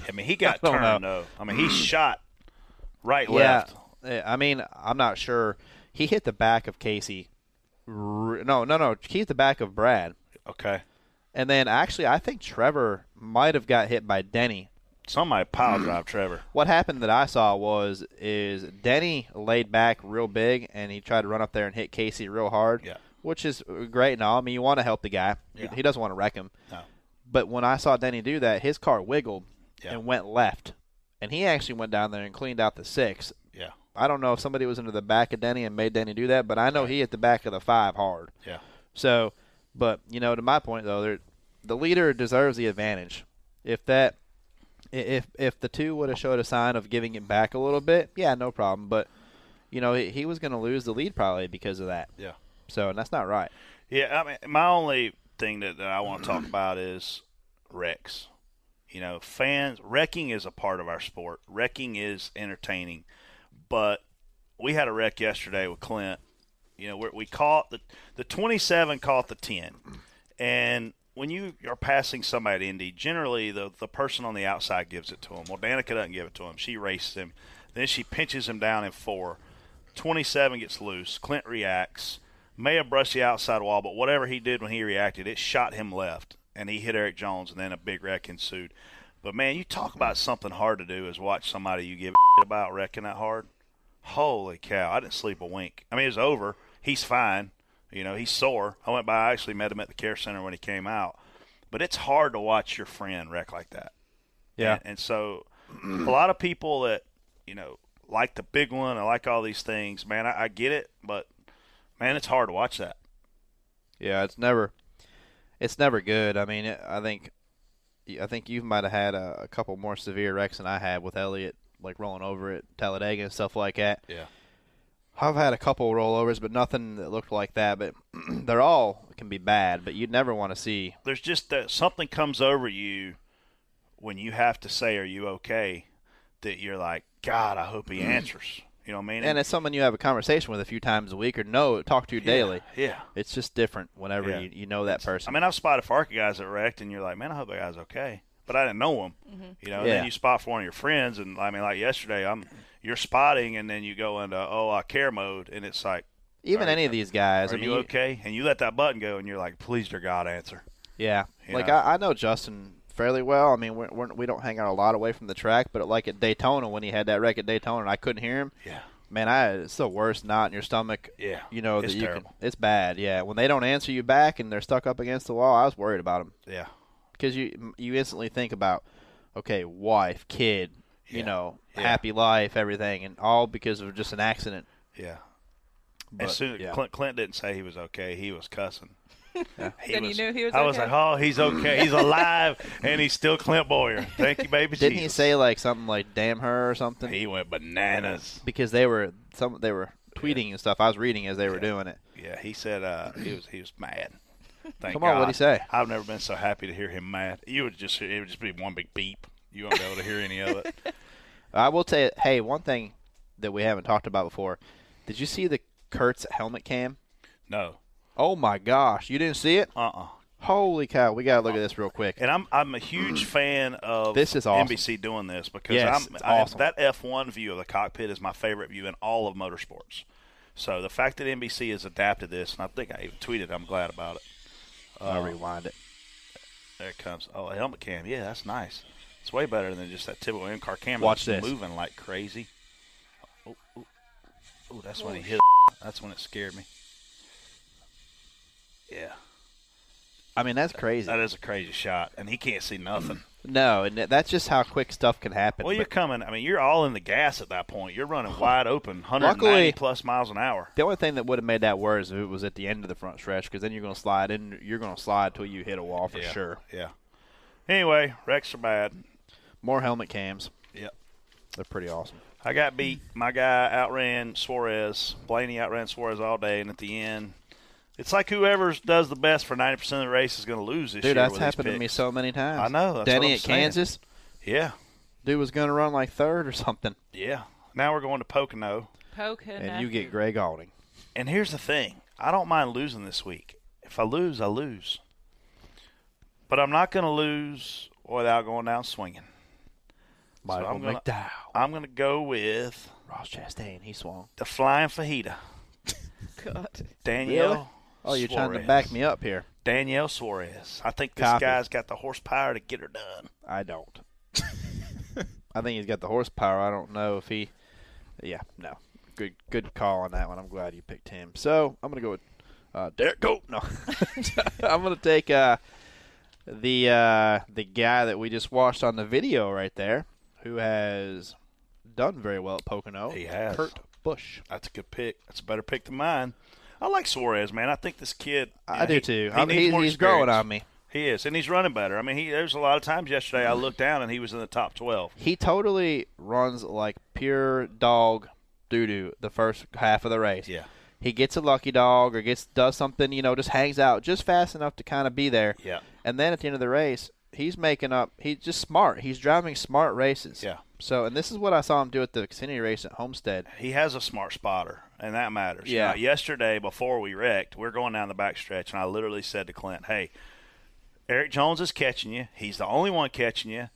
S6: I mean, he got
S5: I don't
S6: turned
S5: know. Mm.
S6: though. I mean, he shot right, left.
S5: Yeah. Uh, I mean, I'm not sure. He hit the back of Casey. R- No, no, no. He hit the back of Brad.
S6: Okay.
S5: And then actually, I think Trevor might have got hit by Denny.
S6: Somebody pile drive Trevor.
S5: What happened that I saw was is Denny laid back real big, and he tried to run up there and hit Casey real hard.
S6: Yeah.
S5: Which is great and all. I mean, you want to help the guy. He-
S6: Yeah.
S5: He doesn't want to wreck him.
S6: No.
S5: But when I saw Denny do that, his car wiggled
S6: Yeah.
S5: and went left, and he actually went down there and cleaned out the six.
S6: Yeah.
S5: I don't know if somebody was into the back of Denny and made Denny do that, but I know he hit the back of the five hard.
S6: Yeah.
S5: So, but you know, to my point though, there- the leader deserves the advantage. If that, i- if if the two would have showed a sign of giving it back a little bit, yeah, no problem. But you know, he, he was going to lose the lead probably because of that.
S6: Yeah.
S5: So and that's not right.
S6: Yeah, I mean, my only thing that, that I want to talk about is wrecks. You know, fans wrecking is a part of our sport. Wrecking is entertaining, but we had a wreck yesterday with Clint. You know, we we caught the the twenty seven caught the ten, and when you are passing somebody at Indy, generally the the person on the outside gives it to him. Well, Danica doesn't give it to him. She races him, then she pinches him down in four. 27 gets loose. Clint reacts. May have brushed the outside wall, but whatever he did when he reacted, it shot him left, and he hit Eric Jones, and then a big wreck ensued. But man, you talk about something hard to do is watch somebody you give a about wrecking that hard. Holy cow! I didn't sleep a wink. I mean, it's over. He's fine. You know, he's sore. I went by. I actually met him at the care center when he came out. But it's hard to watch your friend wreck like that.
S5: Yeah.
S6: And, and so a lot of people that, you know, like the big one, I like all these things, man, I, I get it, but man, it's hard to watch that.
S5: Yeah, it's never, it's never good. I mean, it, I think, I think you might have had a, a couple more severe wrecks than I had with Elliot, like rolling over at Talladega and stuff like that.
S6: Yeah.
S5: I've had a couple rollovers, but nothing that looked like that. But they're all can be bad. But you'd never want to see.
S6: There's just that something comes over you when you have to say, Are you okay? that you're like, God, I hope he answers. You know what I mean?
S5: Mm-hmm. And it's someone you have a conversation with a few times a week, or no, talk to daily.
S6: yeah.
S5: It's just different whenever
S6: Yeah.
S5: you, you know that person.
S6: I mean, I've spotted Farka guys that wrecked, and you're like, man, I hope that guy's okay. But I didn't know him,
S7: Mm-hmm.
S6: you know. And
S5: Yeah.
S6: then you spot for one of your friends, and I mean, like yesterday, I'm you're spotting, and then you go into oh I care mode, and it's like,
S5: Even any of these guys.
S6: are
S5: I mean,
S6: you okay? And you let that button go, and you're like, please, dear God, answer.
S5: Yeah,
S6: You
S5: like
S6: know?
S5: I, I know Justin fairly well. I mean, we're, we're, we don't hang out a lot away from the track, but like at Daytona when he had that wreck at Daytona, and I couldn't hear him.
S6: Yeah.
S5: Man, I it's the worst knot in your stomach.
S6: Yeah,
S5: you know
S6: it's
S5: that you
S6: terrible.
S5: Can, it's bad. Yeah, when they don't answer you back and they're stuck up against the wall, I was worried about them
S6: Yeah,
S5: because you you instantly think about okay, wife, kid, you
S6: Yeah.
S5: know,
S6: Yeah.
S5: happy life, everything, and all because of just an accident.
S6: yeah.
S5: But,
S6: as soon
S5: yeah.
S6: Clint, Clint didn't say he was okay, he was cussing. He
S7: Then you
S6: was,
S7: knew he was
S6: I was
S7: okay?
S6: like, oh, he's okay. He's alive, and he's still Clint Boyer. Thank you, baby.
S5: Didn't he
S6: Jesus.
S5: say like something like "damn her" or something?
S6: He went bananas.
S5: because they were some they were tweeting and stuff. I was reading as they were doing it.
S6: Yeah, he said uh, he was he was mad. Thank
S5: Come on,
S6: God.
S5: what'd he say?
S6: I've never been so happy to hear him mad. You would just it would just be one big beep. You won't be able to hear any of it.
S5: I will tell you, hey, one thing that we haven't talked about before. Did you see the Kurtz helmet cam?
S6: No.
S5: Oh my gosh, you didn't see it?
S6: Uh uh
S5: Holy cow, we gotta look at this real quick.
S6: And I'm I'm a huge fan of
S5: This is awesome.
S6: NBC doing this because
S5: Yes,
S6: I'm
S5: it's
S6: I-
S5: awesome.
S6: that F1 view of the cockpit is my favorite view in all of motorsports. So the fact that NBC has adapted this, and I think I even tweeted, I'm glad about it.
S5: I'll Uh, rewind it.
S6: There it comes. Oh, a helmet cam. Yeah, that's nice. It's way better than just that typical in-car camera.
S5: Watch
S6: that's
S5: this.
S6: Moving like crazy. Oh, oh, oh, that's when he hit. That's when it scared me. Yeah,
S5: I mean, that's crazy.
S6: that is a crazy shot, and he can't see nothing.
S5: No, and that's just how quick stuff can happen.
S6: well, you're
S5: But
S6: coming. I mean, you're all in the gas at that point. You're running wide open, 190
S5: Luckily-
S6: plus miles an hour.
S5: the only thing that would have made that worse if it was at the end of the front stretch, because then you're gonna slide in. You're gonna slide till you hit a wall for
S6: Yeah,
S5: sure.
S6: Yeah. Anyway, wrecks are bad.
S5: More helmet cams.
S6: Yep.
S5: They're pretty awesome.
S6: I got beat. My guy outran Suarez. Blaney outran Suarez all day, and at the end, it's like whoever does the best for ninety percent of the race is going to lose this year.
S5: Dude, that's
S6: with these
S5: happened to me
S6: picks.
S5: so many times.
S6: I know, that's what
S5: Denny
S6: I'm
S5: at
S6: saying.
S5: Kansas,
S6: Yeah,
S5: dude was going to run like third or something,
S6: yeah. Now we're going to Pocono,
S7: Pocono.
S5: and you get Greg Alding.
S6: and here's the thing: I don't mind losing this week. If I lose, I lose. But I'm not going to lose without going down swinging.
S5: Michael
S6: I'm gonna-
S5: McDowell,
S6: I'm going to go with
S5: Ross Chastain, he swung.
S6: the Flying Fajita.
S7: God.
S6: Danielle.
S5: Really? Oh, you're trying to
S6: Suarez.
S5: back me up here.
S6: Danielle Suarez. I think this
S5: Copy.
S6: guy's got the horsepower to get her done.
S5: I don't. I think he's got the horsepower. I don't know if he. Yeah, no. Good, good call on that one. I'm glad you picked him. So I'm gonna go with uh, Derek Goat. No, I'm gonna take uh, the uh, the guy that we just watched on the video right there, who has done very well at Pocono.
S6: He has.
S5: Kurt Bush.
S6: That's a good pick. That's a better pick than mine. I like Suarez, man. I think this kid.
S5: I
S6: you know,
S5: do
S6: he-
S5: too.
S6: He
S5: I mean,
S6: needs
S5: he's,
S6: more
S5: he's growing
S6: experience.
S5: on me.
S6: He is, and he's running better. I mean, he there's a lot of times yesterday I looked down and he was in the top twelve.
S5: He totally runs like pure dog doo doo the first half of the race.
S6: Yeah.
S5: He gets a lucky dog or gets does something, you know, just hangs out just fast enough to kind of be there.
S6: Yeah.
S5: And then at the end of the race, he's making up. He's just smart. He's driving smart races.
S6: Yeah.
S5: So, and this is what I saw him do at the Xfinity race at Homestead.
S6: He has a smart spotter, and that matters.
S5: Yeah.
S6: Now, yesterday, before we wrecked, we are going down the back stretch, and I literally said to Clint, "Hey, Eric Jones is catching you. He's the only one catching you.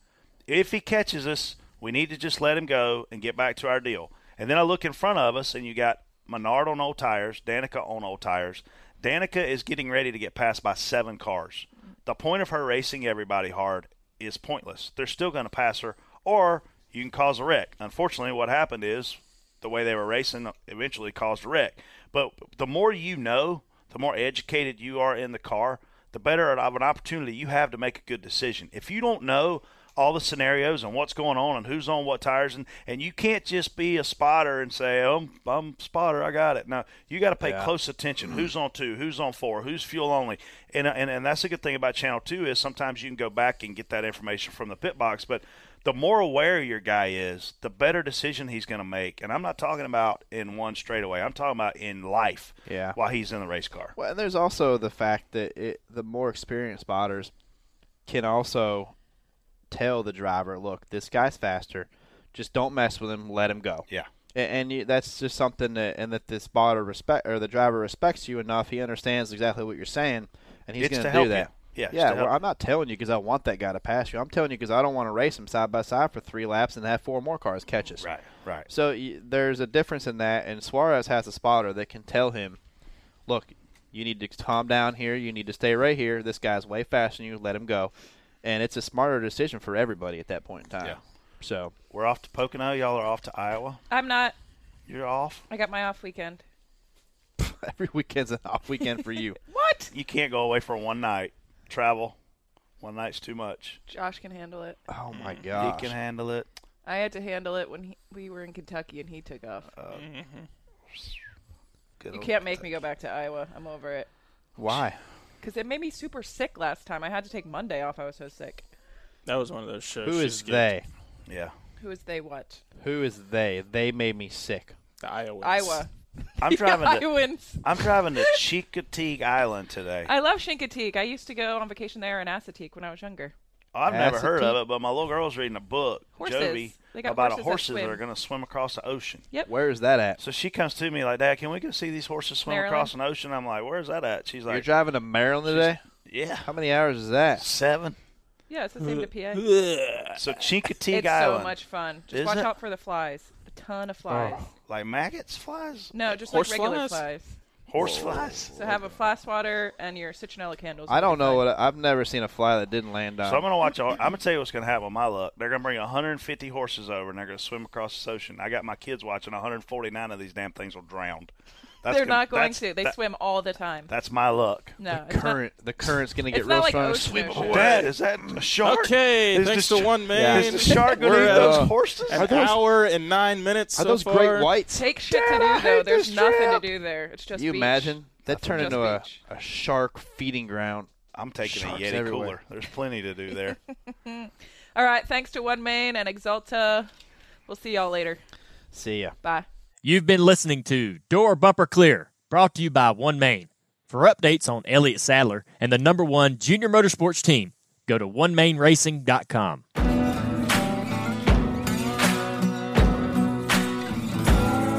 S6: If he catches us, we need to just let him go and get back to our deal." And then I look in front of us, and you got Menard on old tires, Danica on old tires. Danica is getting ready to get passed by seven cars. The point of her racing everybody hard is pointless. They're still going to pass her, or you can cause a wreck. Unfortunately, what happened is the way they were racing eventually caused a wreck. But the more you know, the more educated you are in the car, the better of an opportunity you have to make a good decision. If you don't know all the scenarios and what's going on and who's on what tires, and, and you can't just be a spotter and say, oh, I'm, I'm spotter, I got it. No, you got to pay close attention. Who's on two? Who's on four? Who's fuel only? And, uh, and and that's a good thing about Channel Two is sometimes you can go back and get that information from the pit box, but the more aware your guy is, the better decision he's going to make. And I'm not talking about in one straightaway. I'm talking about in life.
S5: Yeah.
S6: While he's in the race car.
S5: Well, and there's also the fact that it, the more experienced spotters can also tell the driver, look, this guy's faster. Just don't mess with him. Let him go.
S6: Yeah.
S5: A- And, you, that's just something that, and that the spotter respect or the driver respects you enough. He understands exactly what you're saying, and he's
S6: It's
S5: going
S6: to
S5: do
S6: help you.
S5: that.
S6: Yeah, it's to
S5: yeah. Well,
S6: help
S5: I'm not telling you because I want that guy to pass you. I'm telling you because I don't want to race him side by side for three laps and have four more cars catch us.
S6: Right. Right.
S5: So y- there's a difference in that, and Suarez has a spotter that can tell him, "Look, you need to calm down here. You need to stay right here. This guy's way faster than you. Let him go." uh, And it's a smarter decision for everybody at that point in time.
S6: Yeah.
S5: So
S6: We're off to Pocono. Y'all are off to Iowa.
S7: I'm not.
S6: You're off.
S7: I got my off weekend.
S5: every weekend's an off weekend for you.
S7: What?
S6: You can't go away for one night. Travel. One night's too much.
S7: Josh can handle it.
S5: oh my
S6: He can
S5: gosh!
S6: handle it.
S7: I had to handle it when he, we were in Kentucky and he took off.
S6: Good
S7: Mm-hmm. you
S6: old-
S7: can't make me go back to Iowa. I'm over it.
S5: Why?
S7: Because it made me super sick last time. I had to take Monday off. I was so sick.
S8: That was one of those shows.
S5: Who
S8: she
S5: is
S8: skipped.
S5: they?
S6: Yeah.
S7: Who is they what?
S5: Who is they? They made me sick.
S8: The Iowans.
S7: Iowa.
S6: I'm driving to
S7: Iowans.
S6: I'm driving to Chincoteague Island today.
S7: I love Chincoteague. I used to go on vacation there in Assateague when I was younger.
S6: I've never
S5: Assateague?
S6: heard of it, but my little girl's reading a book,
S7: Horses.
S6: Jovi,
S7: They got
S6: about
S7: horses that
S6: horses that,
S7: swim.
S6: are going to swim across the ocean.
S5: Where is that at?
S6: So she comes to me like, Dad, can we go see these horses swim
S7: Maryland.
S6: across an ocean? I'm like, where's that at? She's
S5: You're
S6: like,
S5: driving to Maryland today?
S6: yeah,
S5: How many hours is that?
S6: seven.
S7: Yeah, it's the same to PA.
S6: So Chincoteague
S7: It's
S6: Island,
S7: so much fun. Just
S6: Is
S7: watch
S6: it?
S7: out for the flies. A ton
S5: Oh.
S7: of flies.
S6: like maggots, flies,
S7: No, just
S8: Horse
S7: like regular
S8: flies?
S7: flies.
S6: horse flies.
S7: So have a fly swatter and your citronella candles.
S5: I don't know what I- I've never seen a fly that didn't land on.
S6: So I'm gonna watch. all- I'm gonna tell you what's gonna happen with my luck. They're gonna bring 150 horses over, and they're gonna swim across this ocean. I got my kids watching. 149 of these damn things will drown. That's
S7: They're
S6: gonna-
S7: not going
S6: that's-
S7: to. They
S6: that-
S7: swim all the time.
S6: That's my luck.
S7: No, it's not-
S5: current the current's gonna get
S7: It's not
S5: real
S7: like
S5: strong and
S7: ocean
S5: sweep 'em
S7: ocean.
S5: away.
S6: Dad, is that a shark?
S8: Oh, Okay,
S6: Is
S8: thanks
S6: the
S8: to
S6: sh-
S8: one man.
S6: Is the shark gonna
S8: We're
S6: eat
S8: at
S6: those
S8: a-
S6: horses?
S8: An hour and nine minutes.
S5: Are
S8: so
S5: those
S8: far.
S5: great whites?
S7: Take shit to do though. There's nothing to do there. It's just
S5: Can you
S7: beach.
S5: imagine that turned
S7: just
S5: into a,
S7: beach.
S5: a shark feeding ground?
S6: I'm taking
S5: Sharks
S6: a Yeti
S5: everywhere.
S6: cooler. There's plenty to do there.
S7: All right, thanks to One Main and Exalta. We'll see y'all later.
S5: See ya.
S7: Bye.
S3: You've been listening to Door Bumper Clear, brought to you by One Main. For updates on Elliott Sadler and the number one junior motorsports team, go to onemainracing.com.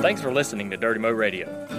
S3: Thanks for listening to Dirty Mo Radio.